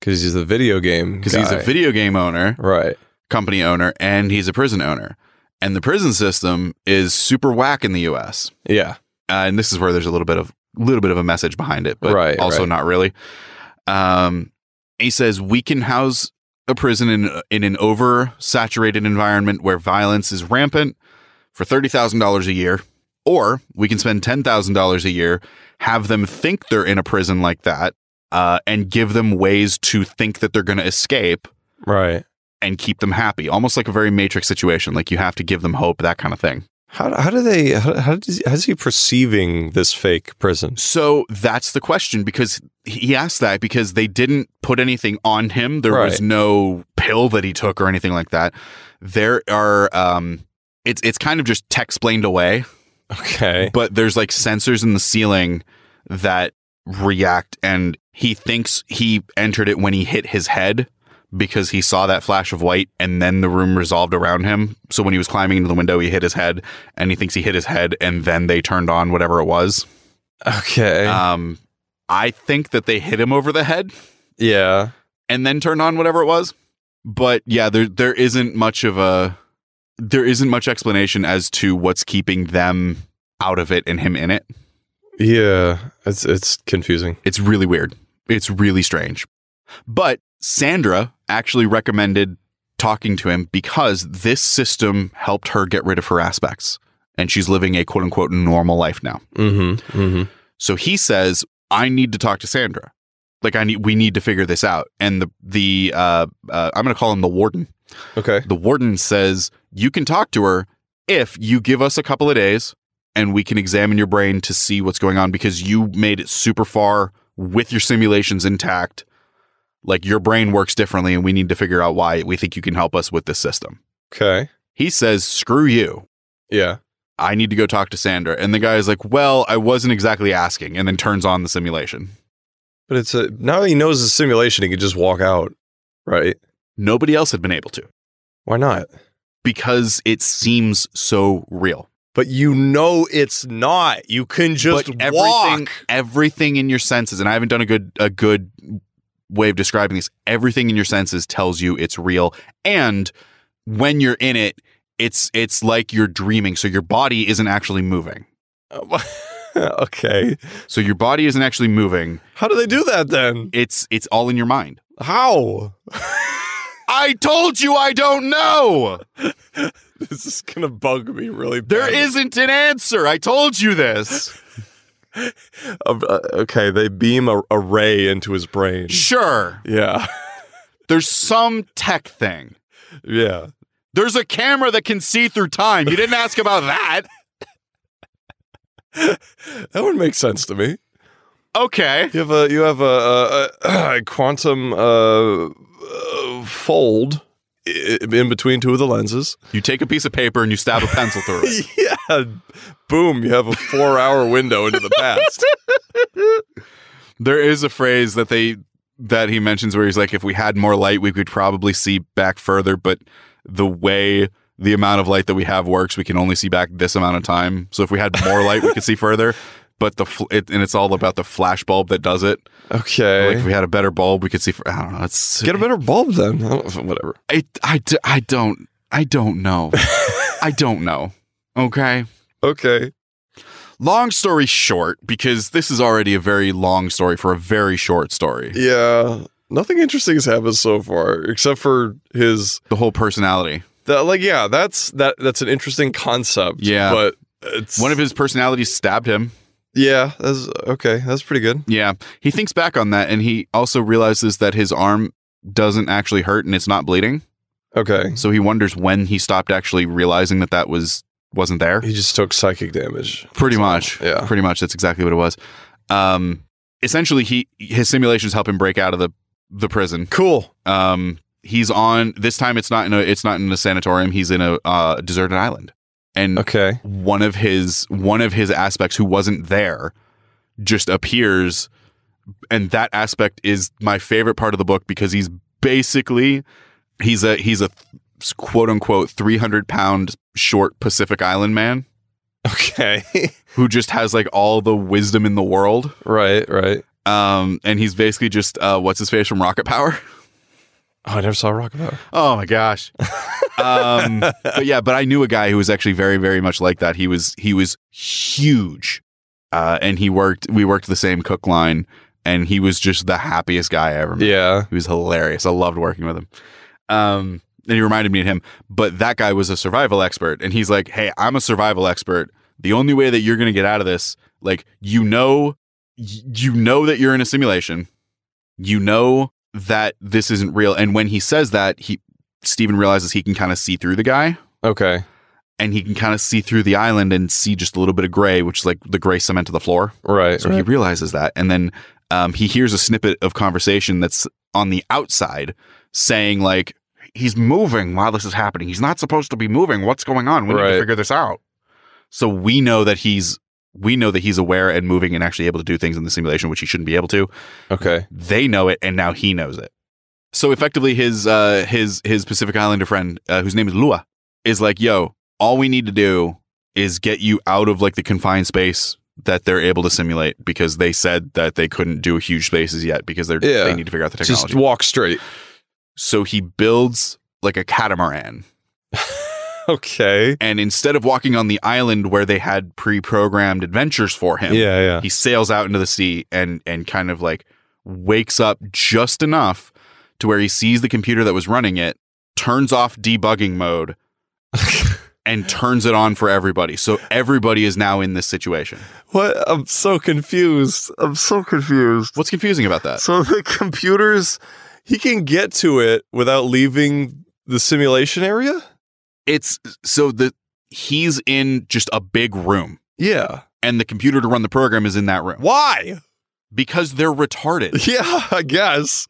Speaker 1: Because he's a video game.
Speaker 2: because he's a
Speaker 1: guy.
Speaker 2: video game owner,
Speaker 1: Right.
Speaker 2: company owner, and he's a prison owner. And the prison system is super whack in the U.S.
Speaker 1: Yeah.
Speaker 2: Uh, and this is where there's a little bit of little bit of a message behind it, but
Speaker 1: Right,
Speaker 2: also
Speaker 1: right.
Speaker 2: not really. Um, he says we can house a prison in in an oversaturated environment where violence is rampant for thirty thousand dollars a year, or we can spend ten thousand dollars a year, have them think they're in a prison like that, uh, and give them ways to think that they're going to escape
Speaker 1: Right.
Speaker 2: and keep them happy, almost like a very Matrix situation. Like you have to give them hope, that kind of thing.
Speaker 1: How, how do they, how, how, does, how's he perceiving this fake prison?
Speaker 2: So that's the question because he asked that because they didn't put anything on him. There was
Speaker 1: Right.
Speaker 2: no pill that he took or anything like that. There are um it's it's kind of just tech explained away,
Speaker 1: Okay.
Speaker 2: but there's like sensors in the ceiling that react and he thinks he entered it when he hit his head because he saw that flash of white and then the room resolved around him. So when he was climbing into the window, he hit his head and he thinks he hit his head and then they turned on whatever it was.
Speaker 1: Okay.
Speaker 2: Um, I think that they hit him over the head
Speaker 1: yeah.
Speaker 2: and then turned on whatever it was. But yeah, there there isn't much of a there isn't much explanation as to what's keeping them out of it and him in it.
Speaker 1: Yeah. It's, it's confusing.
Speaker 2: It's really weird. It's really strange. But Sandra actually recommended talking to him because this system helped her get rid of her aspects and she's living a quote unquote normal life now.
Speaker 1: Mm hmm. Mm hmm.
Speaker 2: So he says, "I need to talk to Sandra. Like I need, we need to figure this out." And the the uh, uh, I'm going to call him the warden.
Speaker 1: Okay.
Speaker 2: The warden says, "You can talk to her if you give us a couple of days, and we can examine your brain to see what's going on because you made it super far with your simulations intact. Like your brain works differently, and we need to figure out why. We think you can help us with this system."
Speaker 1: Okay.
Speaker 2: He says, "Screw you."
Speaker 1: Yeah.
Speaker 2: I need to go talk to Sandra. And the guy is like, Well, I wasn't exactly asking, and then turns on the simulation.
Speaker 1: But it's a, now that he knows the simulation, he could just walk out. Right.
Speaker 2: Nobody else had been able to
Speaker 1: Why not?
Speaker 2: because it seems so real.
Speaker 1: But you know it's not. You can just
Speaker 2: but
Speaker 1: walk.
Speaker 2: everything, everything in your senses, and I haven't done a good a good way of describing this. Everything in your senses tells you it's real, and when you're in it, it's it's like you're dreaming. So your body isn't actually moving.
Speaker 1: okay.
Speaker 2: So your body isn't actually moving.
Speaker 1: How do they do that then?
Speaker 2: It's it's all in your mind.
Speaker 1: How?
Speaker 2: I told you I don't know.
Speaker 1: this is gonna bug me really. Bad.
Speaker 2: There isn't an answer. I told you this.
Speaker 1: Uh, uh, okay. They beam a, a ray into his brain.
Speaker 2: Sure.
Speaker 1: Yeah.
Speaker 2: There's some tech thing.
Speaker 1: Yeah.
Speaker 2: There's a camera that can see through time. You didn't ask about that.
Speaker 1: That would make sense to me.
Speaker 2: Okay.
Speaker 1: You have a you have a, a, a, quantum uh, uh, fold i- in between two of the lenses.
Speaker 2: You take a piece of paper and you stab a pencil through it.
Speaker 1: yeah. Boom. You have a four hour window into the past.
Speaker 2: There is a phrase that they that he mentions where he's like, if we had more light, we could probably see back further, but the way the amount of light that we have works, we can only see back this amount of time. So if we had more light, we could see further. But the fl- it, and it's all about the flash bulb that does it. Like
Speaker 1: Okay.
Speaker 2: if we had a better bulb, we could see. For, I don't know. It's
Speaker 1: Get a better bulb then. I don't- Whatever.
Speaker 2: I, I, d- I don't I don't know. I don't know. Okay.
Speaker 1: Okay.
Speaker 2: Long story short, because this is already a very long story for a very short story.
Speaker 1: Yeah. Nothing interesting has happened so far, except for his
Speaker 2: The whole personality.
Speaker 1: that. Like, yeah, that's that. That's an interesting concept.
Speaker 2: Yeah.
Speaker 1: but it's
Speaker 2: One of his personalities stabbed him.
Speaker 1: Yeah, that's okay. That's pretty good.
Speaker 2: Yeah. He thinks back on that and he also realizes that his arm doesn't actually hurt and it's not bleeding.
Speaker 1: Okay,
Speaker 2: So he wonders when he stopped actually realizing that that was wasn't there.
Speaker 1: he just took psychic damage.
Speaker 2: Pretty much.
Speaker 1: Yeah.
Speaker 2: Pretty much that's exactly what it was. Um essentially he his simulations help him break out of the the prison.
Speaker 1: Cool.
Speaker 2: Um, he's on this time. It's not in a it's not in a sanatorium. He's in a uh, deserted island, and
Speaker 1: Okay.
Speaker 2: one of his one of his aspects who wasn't there just appears and that aspect is my favorite part of the book because he's basically he's a he's a quote unquote 300 pound short pacific island man
Speaker 1: Okay.
Speaker 2: who just has like all the wisdom in the world
Speaker 1: right. Right.
Speaker 2: um and he's basically just uh what's his face from rocket power
Speaker 1: Oh, I never saw Rockabout.
Speaker 2: oh my gosh um but yeah, but I knew a guy who was actually very, very much like that. He was he was huge, uh, and he worked. We worked the same cook line, and he was just the happiest guy I ever met.
Speaker 1: yeah.
Speaker 2: He was hilarious. I loved working with him. Um, and he reminded me of him. But that guy was a survival expert, and he's like, "Hey, I'm a survival expert. The only way that you're gonna get out of this, like, you know, y- you know that you're in a simulation. You know that this isn't real." And when he says that, he Steven realizes he can kind of see through the guy.
Speaker 1: Okay.
Speaker 2: And he can kind of see through the island and see just a little bit of gray, which is like the gray cement of the floor.
Speaker 1: Right.
Speaker 2: So he
Speaker 1: right.
Speaker 2: realizes that, and then um, he hears a snippet of conversation that's on the outside saying like, "He's moving while this is happening. He's not supposed to be moving. What's going on? We need
Speaker 1: Right.
Speaker 2: to figure this out." So we know that he's we know that he's aware and moving and actually able to do things in the simulation, which he shouldn't be able to.
Speaker 1: Okay.
Speaker 2: They know it, and now he knows it. So effectively, his uh, his his Pacific Islander friend, uh, whose name is Lua, is like, "Yo, all we need to do is get you out of like the confined space that they're able to simulate because they said that they couldn't do huge spaces yet because they're
Speaker 1: Yeah.
Speaker 2: they need to figure out the technology."
Speaker 1: Just walk straight.
Speaker 2: so he builds like a catamaran,
Speaker 1: Okay.
Speaker 2: and instead of walking on the island where they had pre-programmed adventures for him,
Speaker 1: Yeah. Yeah.
Speaker 2: he sails out into the sea and and kind of like wakes up just enough to where he sees the computer that was running it turns off debugging mode and turns it on for everybody so everybody is now in this situation
Speaker 1: What? I'm so confused. I'm so confused.
Speaker 2: what's confusing about that
Speaker 1: So the computers, he can get to it without leaving the simulation area?
Speaker 2: it's so the he's in just a big room
Speaker 1: Yeah.
Speaker 2: and the computer to run the program is in that room
Speaker 1: Why?
Speaker 2: because they're retarded
Speaker 1: Yeah, I guess.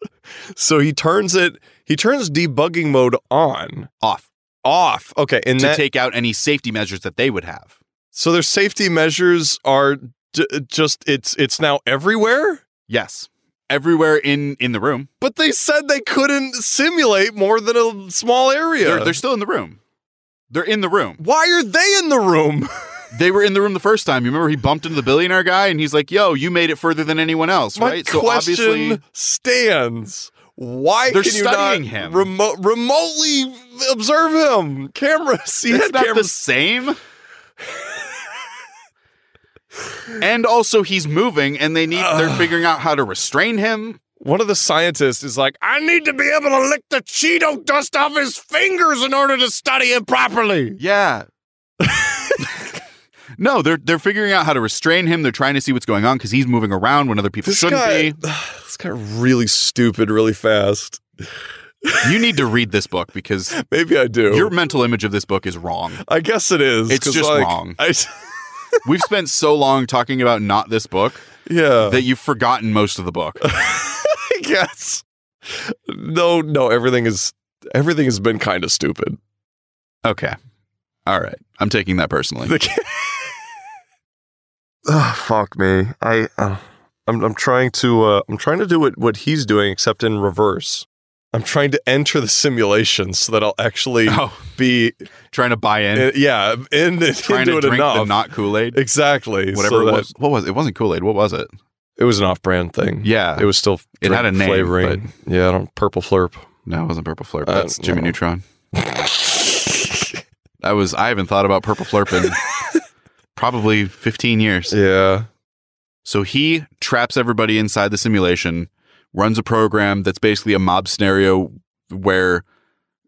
Speaker 1: So he turns it, he turns debugging mode on,
Speaker 2: off
Speaker 1: off. Okay. And
Speaker 2: to
Speaker 1: that,
Speaker 2: take out any safety measures that they would have
Speaker 1: so their safety measures are d- just, it's, it's now everywhere?
Speaker 2: yes everywhere in in the room
Speaker 1: But they said they couldn't simulate more than a small area.
Speaker 2: they're, they're still in the room they're in the room
Speaker 1: Why are they in the room?
Speaker 2: They were in the room the first time. You remember he bumped into the billionaire guy and he's like, "Yo, you made it further than anyone else,
Speaker 1: My
Speaker 2: right?"
Speaker 1: question stands. Why
Speaker 2: They're
Speaker 1: can you
Speaker 2: studying
Speaker 1: not
Speaker 2: him.
Speaker 1: remo- remotely observe him? Cameras. He
Speaker 2: it's
Speaker 1: had
Speaker 2: not the
Speaker 1: cameras.
Speaker 2: same. and also, he's moving, and they need they're
Speaker 1: Ugh.
Speaker 2: figuring out how to restrain him.
Speaker 1: One of the scientists is like, I need to be able to lick the Cheeto dust off his fingers in order to study it properly.
Speaker 2: Yeah. no, they're they're figuring out how to restrain him. They're trying to see what's going on because he's moving around when other people
Speaker 1: This
Speaker 2: shouldn't
Speaker 1: guy, this guy really stupid, really fast.
Speaker 2: be. You need to read this book because
Speaker 1: Maybe I do.
Speaker 2: your mental image of this book is wrong.
Speaker 1: I guess it is.
Speaker 2: It's
Speaker 1: 'cause,
Speaker 2: just
Speaker 1: like,
Speaker 2: wrong.
Speaker 1: I,
Speaker 2: We've spent so long talking about not this book
Speaker 1: yeah.
Speaker 2: that you've forgotten most of the book.
Speaker 1: I guess. No, no, everything is everything has been kind of stupid.
Speaker 2: Okay. All right. I'm taking that personally.
Speaker 1: oh, fuck me. I uh, I'm I'm trying to uh, I'm trying to do what what he's doing except in reverse. I'm trying to enter the simulation so that I'll actually
Speaker 2: Oh,
Speaker 1: be
Speaker 2: trying to buy in,
Speaker 1: uh, yeah, in
Speaker 2: trying
Speaker 1: into
Speaker 2: to
Speaker 1: it
Speaker 2: drink
Speaker 1: enough.
Speaker 2: the not Kool Aid,
Speaker 1: exactly.
Speaker 2: whatever
Speaker 1: so
Speaker 2: it
Speaker 1: that-
Speaker 2: was. What was it? It wasn't Kool Aid. What was it?
Speaker 1: It was an off-brand thing.
Speaker 2: Yeah.
Speaker 1: It was still
Speaker 2: It had a name,
Speaker 1: flavoring. Yeah, I don't purple flurp.
Speaker 2: no, it wasn't Purple Flurp.
Speaker 1: Uh,
Speaker 2: That's Jimmy
Speaker 1: no.
Speaker 2: Neutron. That was. I haven't thought about Purple Flurp in probably 15 years.
Speaker 1: yeah.
Speaker 2: So he traps everybody inside the simulation, runs a program that's basically a mob scenario where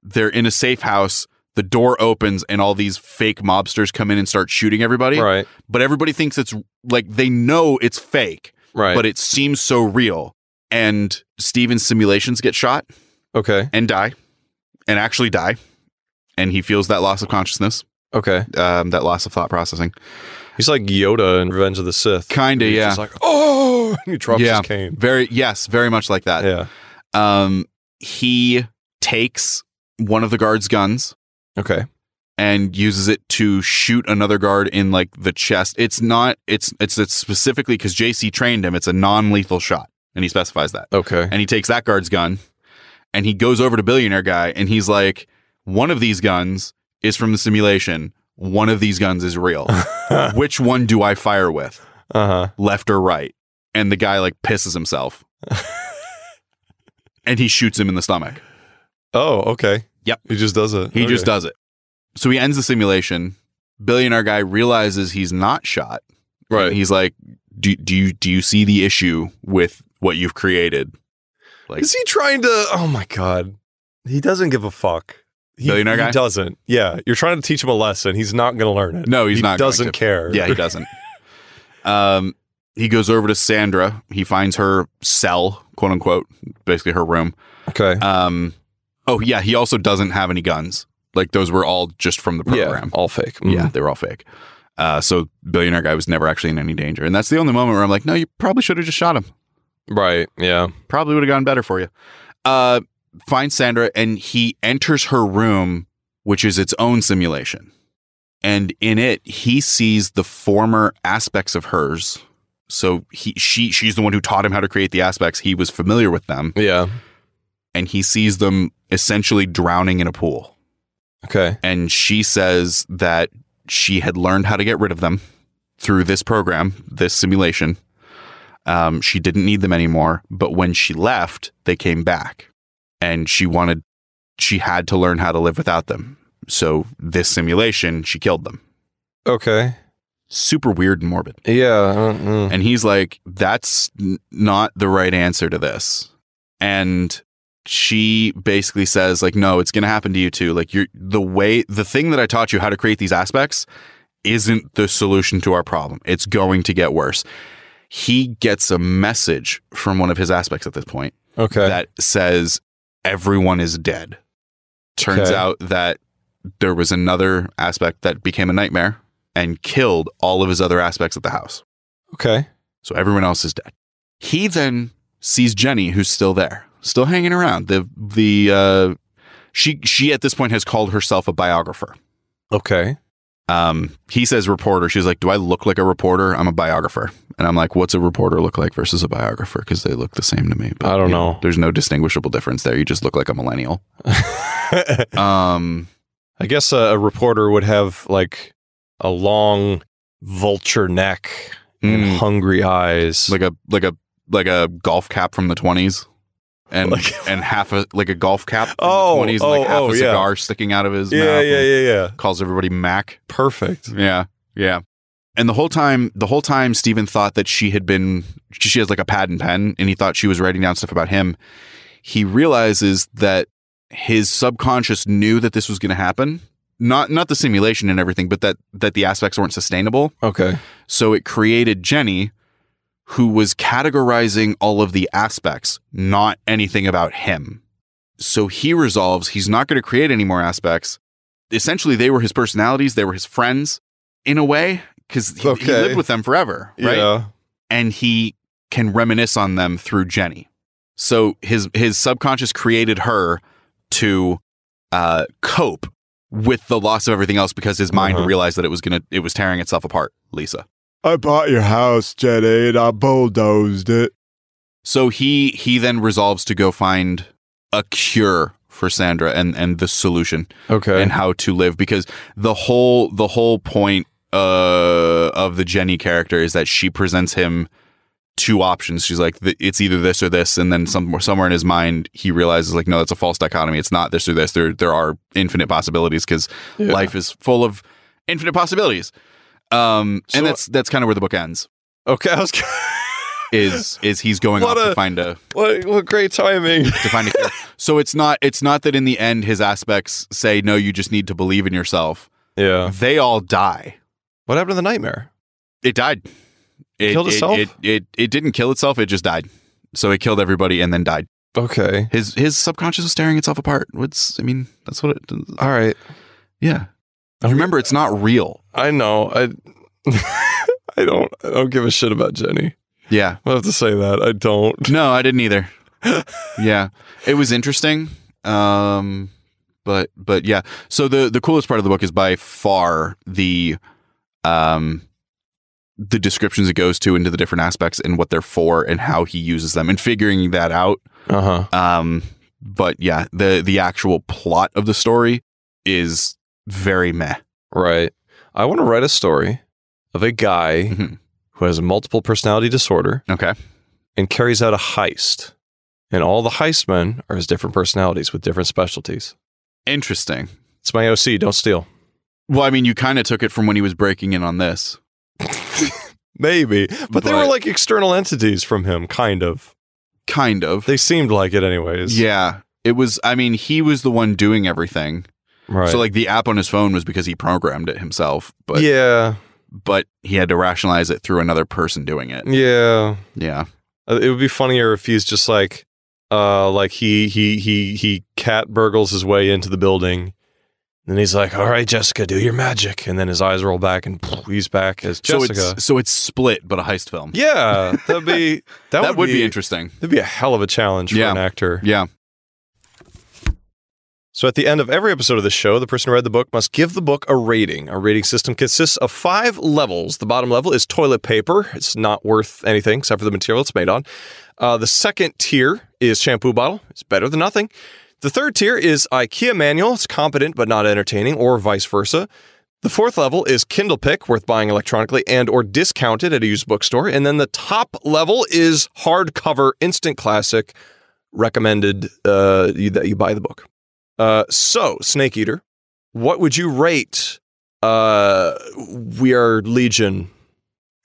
Speaker 2: they're in a safe house. The door opens and all these fake mobsters come in and start shooting everybody.
Speaker 1: Right.
Speaker 2: but everybody thinks it's like they know it's fake,
Speaker 1: Right.
Speaker 2: but it seems so real. And Steven's simulations get shot
Speaker 1: okay.
Speaker 2: and die and actually die. And he feels that loss of consciousness,
Speaker 1: Okay.
Speaker 2: um, that loss of thought processing.
Speaker 1: He's like Yoda in Revenge of the Sith.
Speaker 2: Kinda,
Speaker 1: He's
Speaker 2: yeah.
Speaker 1: just like, oh, Gore. He drops
Speaker 2: Yeah. Uh,
Speaker 1: his cane.
Speaker 2: Very yes, very much like that.
Speaker 1: Yeah.
Speaker 2: Um, he takes one of the guard's guns
Speaker 1: Okay.
Speaker 2: and uses it to shoot another guard in like the chest. It's not. It's it's, it's specifically because JC trained him. It's a non-lethal shot, and he specifies that.
Speaker 1: Okay.
Speaker 2: And he takes that guard's gun, and he goes over to billionaire guy, and he's like, "One of these guns is from the simulation. One of these guns is real.
Speaker 1: uh
Speaker 2: Which one do I fire with,
Speaker 1: huh.
Speaker 2: left or right?" And the guy like pisses himself, and he shoots him in the stomach.
Speaker 1: Oh, okay.
Speaker 2: Yep.
Speaker 1: He just does it.
Speaker 2: He
Speaker 1: Okay.
Speaker 2: just does it. So he ends the simulation. Billionaire guy realizes he's not shot.
Speaker 1: Right.
Speaker 2: He's like, do, do you do you see the issue with what you've created? Like
Speaker 1: Is he trying to? Oh my god, he doesn't give a fuck. He,
Speaker 2: Billionaire
Speaker 1: he
Speaker 2: guy?
Speaker 1: doesn't. Yeah, you're trying to teach him a lesson. He's not going to learn it.
Speaker 2: No, he's
Speaker 1: he
Speaker 2: not going
Speaker 1: Doesn't
Speaker 2: to.
Speaker 1: care.
Speaker 2: Yeah, he doesn't. um, he goes over to Sandra. He finds her cell, quote unquote, basically her room.
Speaker 1: Okay.
Speaker 2: Um, oh yeah, he also doesn't have any guns. Like those were all just from the program.
Speaker 1: all fake. Mm.
Speaker 2: Yeah, they were all fake. Uh, so billionaire guy was never actually in any danger, and that's the only moment where I'm like, no, you probably should have just shot him.
Speaker 1: Right. Yeah.
Speaker 2: Probably would have gone better for you. Uh, finds Sandra, and he enters her room, which is its own simulation, and in it he sees the former aspects of hers. So he she she's the one who taught him how to create the aspects. He was familiar with them,
Speaker 1: Yeah.
Speaker 2: and he sees them essentially drowning in a pool.
Speaker 1: Okay.
Speaker 2: and she says that she had learned how to get rid of them through this program, this simulation. Um, she didn't need them anymore, but when she left, they came back, and she wanted, she had to learn how to live without them. So this simulation, she killed them.
Speaker 1: Okay.
Speaker 2: Super weird and morbid.
Speaker 1: Yeah. mm, mm.
Speaker 2: And he's like, that's n- not the right answer to this. And she basically says, like, no, it's going to happen to you too. Like, you're the way, the thing that I taught you how to create these aspects isn't the solution to our problem. It's going to get worse. He gets a message from one of his aspects at this point
Speaker 1: Okay.
Speaker 2: that says everyone is dead. Turns
Speaker 1: Okay.
Speaker 2: out that there was another aspect that became a nightmare and killed all of his other aspects at the house.
Speaker 1: okay.
Speaker 2: So everyone else is dead. He then sees Jenny, who's still there, still hanging around. The the uh, she she at this point has called herself a biographer.
Speaker 1: Okay.
Speaker 2: Um, he says reporter. She's like, "Do I look like a reporter? I'm a biographer." And I'm like, "What's a reporter look like versus a biographer? Because they look the same to me."
Speaker 1: I don't
Speaker 2: you
Speaker 1: know.
Speaker 2: There's no distinguishable difference there. You just look like a millennial.
Speaker 1: I
Speaker 2: Um,
Speaker 1: guess a, a reporter would have like a long vulture neck and
Speaker 2: mm,
Speaker 1: hungry eyes.
Speaker 2: like a like a like a golf cap from the 20s. And
Speaker 1: Like-
Speaker 2: and half a like a golf cap from
Speaker 1: Oh,
Speaker 2: the 20s, and like
Speaker 1: oh,
Speaker 2: half
Speaker 1: oh,
Speaker 2: a
Speaker 1: yeah.
Speaker 2: cigar sticking out of his mouth.
Speaker 1: yeah.
Speaker 2: and-
Speaker 1: Yeah. Yeah. Yeah.
Speaker 2: calls everybody Mac.
Speaker 1: Perfect.
Speaker 2: Yeah. Yeah. And the whole time, the whole time, Steven thought that she had been, she has like a pad and pen, and he thought she was writing down stuff about him. He realizes that his subconscious knew that this was going to happen. Not, not the simulation and everything, but that, that the aspects weren't sustainable.
Speaker 1: Okay.
Speaker 2: So it created Jenny, who was categorizing all of the aspects, not anything about him. So he resolves he's not going to create any more aspects. Essentially, they were his personalities, they were his friends in a way, because he, he
Speaker 1: Okay.
Speaker 2: lived with them forever, right?
Speaker 1: Yeah.
Speaker 2: And he can reminisce on them through Jenny. So his his subconscious created her to uh, cope with the loss of everything else because his mind
Speaker 1: Uh-huh.
Speaker 2: realized that it was gonna it was tearing itself apart. Lisa.
Speaker 3: I bought your house, Jenny, and I bulldozed it.
Speaker 2: So he he then resolves to go find a cure for Sandra and and the solution
Speaker 1: Okay.
Speaker 2: and how to live because the whole the whole point uh of the Jenny character is that she presents him two options. She's like "Th- it's either this or this and then somewhere somewhere in his mind he realizes like no that's a false dichotomy. It's not this or this. There there are infinite possibilities cuz
Speaker 1: Yeah.
Speaker 2: life is full of infinite possibilities. Um
Speaker 1: So-
Speaker 2: and that's that's kind of where the book ends.
Speaker 1: Okay. I was.
Speaker 2: Is is he's going off
Speaker 1: What
Speaker 2: to
Speaker 1: a-
Speaker 2: find a
Speaker 1: What, what great timing.
Speaker 2: to find a cure. so it's not it's not that in the end his aspects say no, you just need to believe in yourself.
Speaker 1: Yeah.
Speaker 2: They all die.
Speaker 1: What happened to the nightmare?
Speaker 2: It died. It
Speaker 1: Killed
Speaker 2: it,
Speaker 1: itself?
Speaker 2: It, it it didn't kill itself. It just died. So it killed everybody and then died.
Speaker 1: Okay.
Speaker 2: His his subconscious was tearing itself apart. What's I mean? That's what it.
Speaker 1: All right.
Speaker 2: Yeah. Remember, it's not real.
Speaker 1: I know. I I don't I don't give a shit about Jenny.
Speaker 2: Yeah.
Speaker 1: I have to say that I don't.
Speaker 2: No, I didn't either. yeah. It was interesting. Um but but yeah. So the the coolest part of the book is by far the um the descriptions it goes to into the different aspects and what they're for and how he uses them and figuring that out.
Speaker 1: Uh huh.
Speaker 2: Um but yeah, the the actual plot of the story is very meh.
Speaker 1: Right. I want to write a story of a guy
Speaker 2: Mhm.
Speaker 1: who has multiple personality disorder
Speaker 2: Okay.
Speaker 1: and carries out a heist, and all the heist men are his different personalities with different specialties.
Speaker 2: Interesting.
Speaker 1: It's my OC. Don't steal.
Speaker 2: Well, I mean, you kind of took it from when he was breaking in on this.
Speaker 1: Maybe, but, they were
Speaker 2: But-
Speaker 1: like external entities from him, kind of.
Speaker 2: Kind of.
Speaker 1: They seemed like it, anyways.
Speaker 2: Yeah. It was, I mean, he was the one doing everything.
Speaker 1: Right.
Speaker 2: So, like, the app on his phone was because he programmed it himself, but,
Speaker 1: yeah.
Speaker 2: but he had to rationalize it through another person doing
Speaker 1: Mm.
Speaker 2: it.
Speaker 1: Yeah.
Speaker 2: Yeah.
Speaker 1: Uh, It would be funnier if he's just like, uh, like he he he he cat burgles his way into the building, and he's like, "All right, Jessica, do your magic," and then his eyes roll back and he's back as Jessica.
Speaker 2: So it's, so it's split, but a heist film.
Speaker 1: yeah, that'd be that,
Speaker 2: That,
Speaker 1: would, be,
Speaker 2: interesting.
Speaker 1: That'd be a hell of a challenge for
Speaker 2: Yeah.
Speaker 1: an actor.
Speaker 2: Yeah.
Speaker 1: So at the end of every episode of the show, the person who read the book must give the book a rating. Our rating system consists of five levels. The bottom level is toilet paper. It's not worth anything except for the material it's made on. Uh, the second tier is shampoo bottle. It's better than nothing. The third tier is IKEA manual. It's competent but not entertaining, or vice versa. The fourth level is Kindle Pick, worth buying electronically and or discounted at a used bookstore. And then the top level is hardcover instant classic, recommended uh, you, that you buy the book. Uh, so, Snake Eater, what would you rate uh, We Are Legion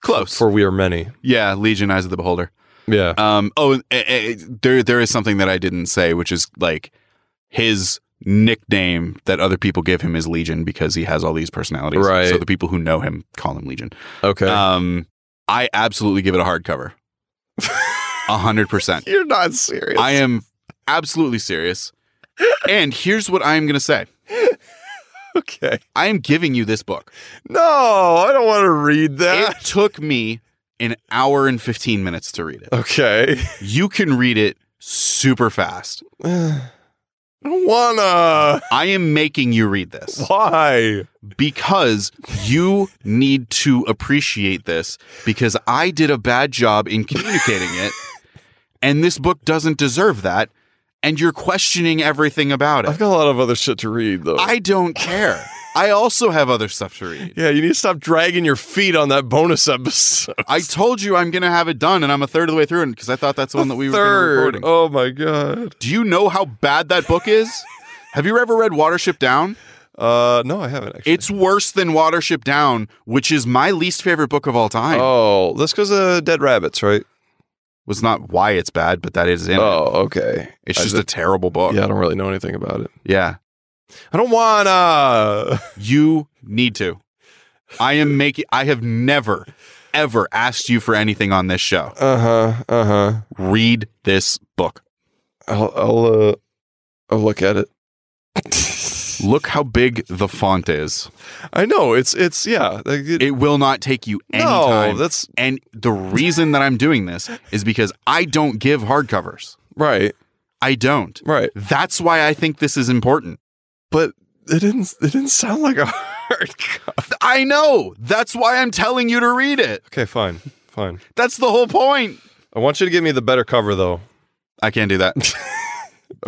Speaker 2: Close.
Speaker 1: for We Are Many?
Speaker 2: yeah. Legion Eyes of the Beholder.
Speaker 1: Yeah.
Speaker 2: Um. Oh, and, eh, eh, there there is something that I didn't say, which is like his nickname that other people give him is Legion because he has all these personalities.
Speaker 1: Right.
Speaker 2: So the people who know him call him Legion.
Speaker 1: Okay.
Speaker 2: Um. I absolutely give it a hardcover. A hundred percent.
Speaker 1: You're not serious.
Speaker 2: uh, I am absolutely serious. And here's what I am going to say.
Speaker 1: okay.
Speaker 2: I am giving you this book.
Speaker 1: No, I don't want to read
Speaker 2: It took me an hour and 15 minutes to read it.
Speaker 1: okay.
Speaker 2: You can read it super fast.
Speaker 1: I don't wanna.
Speaker 2: I am making you read this.
Speaker 1: Why?
Speaker 2: because you need to appreciate this because I did a bad job in communicating it and this book doesn't deserve that and you're questioning everything about
Speaker 1: I've
Speaker 2: it.
Speaker 1: got a lot of other shit to read though.
Speaker 2: I don't care. I also have other stuff to read.
Speaker 1: yeah, you need to stop dragging your feet on that bonus episode.
Speaker 2: I told you I'm going to have it done and I'm a third of the way through because I thought that's the one that we were gonna be
Speaker 1: Third.
Speaker 2: recording.
Speaker 1: Oh my god.
Speaker 2: Do you know how bad that book is? have you ever read Watership Down?
Speaker 1: Uh, no, I haven't actually.
Speaker 2: It's worse than Watership Down, which is my least favorite book of all time.
Speaker 1: oh, that's because of Dead Rabbits, right?
Speaker 2: was not why it's bad, but that is in it.
Speaker 1: Oh, okay.
Speaker 2: It's
Speaker 1: I
Speaker 2: just
Speaker 1: did-
Speaker 2: a terrible book.
Speaker 1: Yeah, I don't really know anything about it.
Speaker 2: Yeah.
Speaker 1: I don't wanna.
Speaker 2: You need to. I am making I have never ever asked you for anything on this show.
Speaker 1: Uh huh. Uh huh.
Speaker 2: Read this book.
Speaker 1: I'll I'll uh, I'll look at it.
Speaker 2: Look how big the font is.
Speaker 1: I know it's it's yeah. like, it-
Speaker 2: It will not take you any
Speaker 1: no,
Speaker 2: time.
Speaker 1: that's
Speaker 2: and the reason that I'm doing this is because I don't give hardcovers.
Speaker 1: right,
Speaker 2: I don't.
Speaker 1: right.
Speaker 2: That's why I think this is important.
Speaker 1: But it didn't it didn't sound like a hard copy.
Speaker 2: I know. That's why I'm telling you to read it.
Speaker 1: Okay, fine, fine.
Speaker 2: That's the whole point.
Speaker 1: I want you to give me the better cover though.
Speaker 2: I can't do that.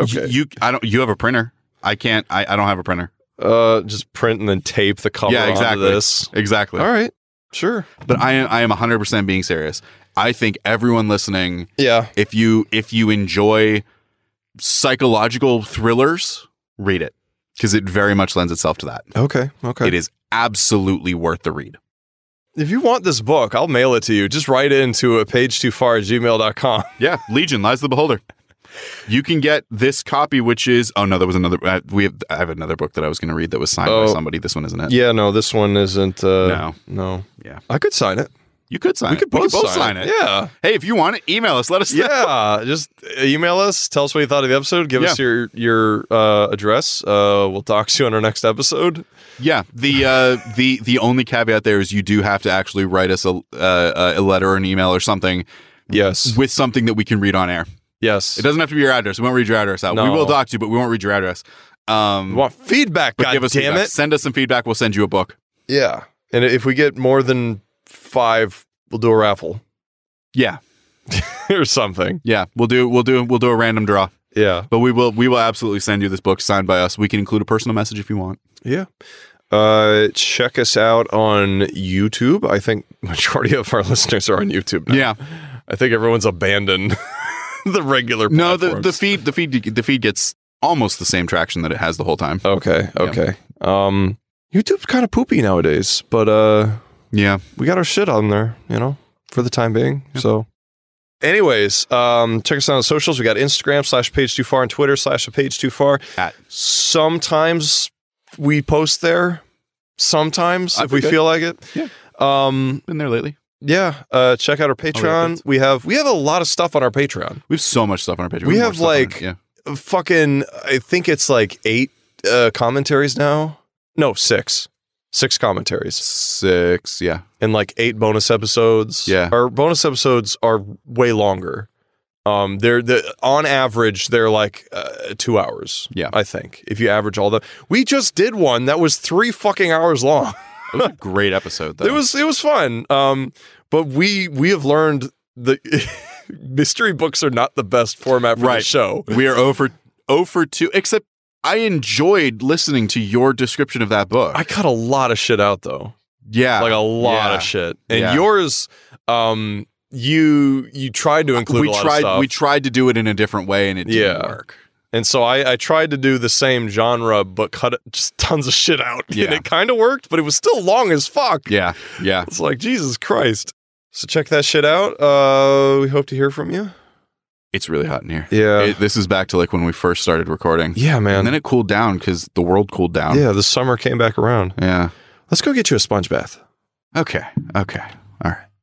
Speaker 1: Okay.
Speaker 2: You, you I don't you have a printer. I can't I, I don't have a printer.
Speaker 1: uh, just print and then tape the cover
Speaker 2: Yeah,
Speaker 1: onto
Speaker 2: exactly.
Speaker 1: this.
Speaker 2: Exactly.
Speaker 1: All right, sure.
Speaker 2: But I am I am 100% being serious. I think everyone listening
Speaker 1: Yeah,
Speaker 2: if you if you enjoy psychological thrillers, read it cuz it very much lends itself to that.
Speaker 1: okay, okay.
Speaker 2: It is absolutely worth the read.
Speaker 1: If you want this book, I'll mail it to you. Just write into a page too far at gmail.com.
Speaker 2: Yeah, Legion Lies of the Beholder. You can get this copy which is Oh no, that was another I, we have I have another book that I was going to read that was signed
Speaker 1: Oh.
Speaker 2: by somebody. This one isn't it?
Speaker 1: Yeah, no, this one isn't. Uh,
Speaker 2: No.
Speaker 1: no.
Speaker 2: Yeah.
Speaker 1: I could sign it.
Speaker 2: You could sign
Speaker 1: we
Speaker 2: it.
Speaker 1: could both, sign, it. Yeah.
Speaker 2: Hey, if you want it, email us. Let us know.
Speaker 1: Yeah. Just email us. Tell us what you thought of the episode. Give us your your uh, address. Uh, we'll talk to you on our next episode.
Speaker 2: Yeah, the uh, the the only caveat there is you do have to actually write us a uh, a letter or an email or something
Speaker 1: Yes.
Speaker 2: with something that we can read on air.
Speaker 1: Yes.
Speaker 2: It doesn't have to be your address. We won't read your address out. We
Speaker 1: No.
Speaker 2: will talk to you, but we won't read your address. Um,
Speaker 1: We want feedback.
Speaker 2: but
Speaker 1: God
Speaker 2: give us
Speaker 1: damn
Speaker 2: feedback.
Speaker 1: it.
Speaker 2: Send us some feedback. We'll send you a book.
Speaker 1: Yeah. And if we get more than five, we'll do a raffle
Speaker 2: Yeah,
Speaker 1: or something.
Speaker 2: yeah. We'll do we'll do we'll do a random draw.
Speaker 1: Yeah.
Speaker 2: But we will we will absolutely send you this book signed by us. We can include a personal message if you want.
Speaker 1: Yeah. Uh, check us out on YouTube. I think majority of our listeners are on YouTube. Now.
Speaker 2: Yeah.
Speaker 1: I think everyone's abandoned the regular.
Speaker 2: No, the, the
Speaker 1: platforms.
Speaker 2: feed the feed the feed gets almost the same traction that it has the whole time.
Speaker 1: okay, okay. Um, YouTube's kind of poopy nowadays, but uh,
Speaker 2: Yeah.
Speaker 1: we got our shit on there, you know, for the time being.
Speaker 2: Yeah.
Speaker 1: So, anyways, um, check us out on socials. We got Instagram slash page too far and Twitter slash the page too far.
Speaker 2: At.
Speaker 1: Sometimes we post there. Sometimes
Speaker 2: I
Speaker 1: if we
Speaker 2: think I-
Speaker 1: feel like it.
Speaker 2: Yeah.
Speaker 1: Um.
Speaker 2: Been there lately.
Speaker 1: Yeah. Uh. Check out our Patreon.
Speaker 2: that's-
Speaker 1: we have we have a lot of stuff on our Patreon.
Speaker 2: We have so much stuff on our page.
Speaker 1: We
Speaker 2: more
Speaker 1: have,
Speaker 2: stuff on it.
Speaker 1: like,
Speaker 2: yeah.
Speaker 1: fucking I think it's like eight uh commentaries now. No, six. Six commentaries
Speaker 2: six. Yeah,
Speaker 1: and like eight bonus episodes.
Speaker 2: Yeah.
Speaker 1: Our bonus episodes are way longer. Um they're the on average they're like uh, 2 hours.
Speaker 2: Yeah.
Speaker 1: I think. If you average all the We just did one that was 3 fucking hours long.
Speaker 2: it was a great episode. Though.
Speaker 1: It was it was fun. Um, but we we have learned that mystery books are not the best format for the
Speaker 2: Right.
Speaker 1: show.
Speaker 2: We are oh over over two. Except I enjoyed listening to your description of that book.
Speaker 1: I cut a lot of shit out though,
Speaker 2: yeah,
Speaker 1: like a lot
Speaker 2: Ah, yeah.
Speaker 1: of shit. And
Speaker 2: Yeah.
Speaker 1: yours, um, you you tried to include
Speaker 2: Uh, we
Speaker 1: a lot
Speaker 2: tried.
Speaker 1: of stuff,
Speaker 2: We tried to do it in a different way, and it didn't
Speaker 1: Yeah.
Speaker 2: work.
Speaker 1: and so I I tried to do the same genre but cut just tons of shit out,
Speaker 2: Yeah.
Speaker 1: and it kind of worked, but it was still long as fuck.
Speaker 2: Yeah, yeah.
Speaker 1: It's like Jesus Christ. So check that shit out. Uh, we hope to hear from you.
Speaker 2: It's really hot in here.
Speaker 1: Yeah,
Speaker 2: It- this is back to like when we first started recording,
Speaker 1: yeah, man.
Speaker 2: and then it cooled down because the world cooled down.
Speaker 1: Yeah, the summer came back around.
Speaker 2: yeah.
Speaker 1: Let's go get you a sponge bath.
Speaker 2: Okay. Okay. All right.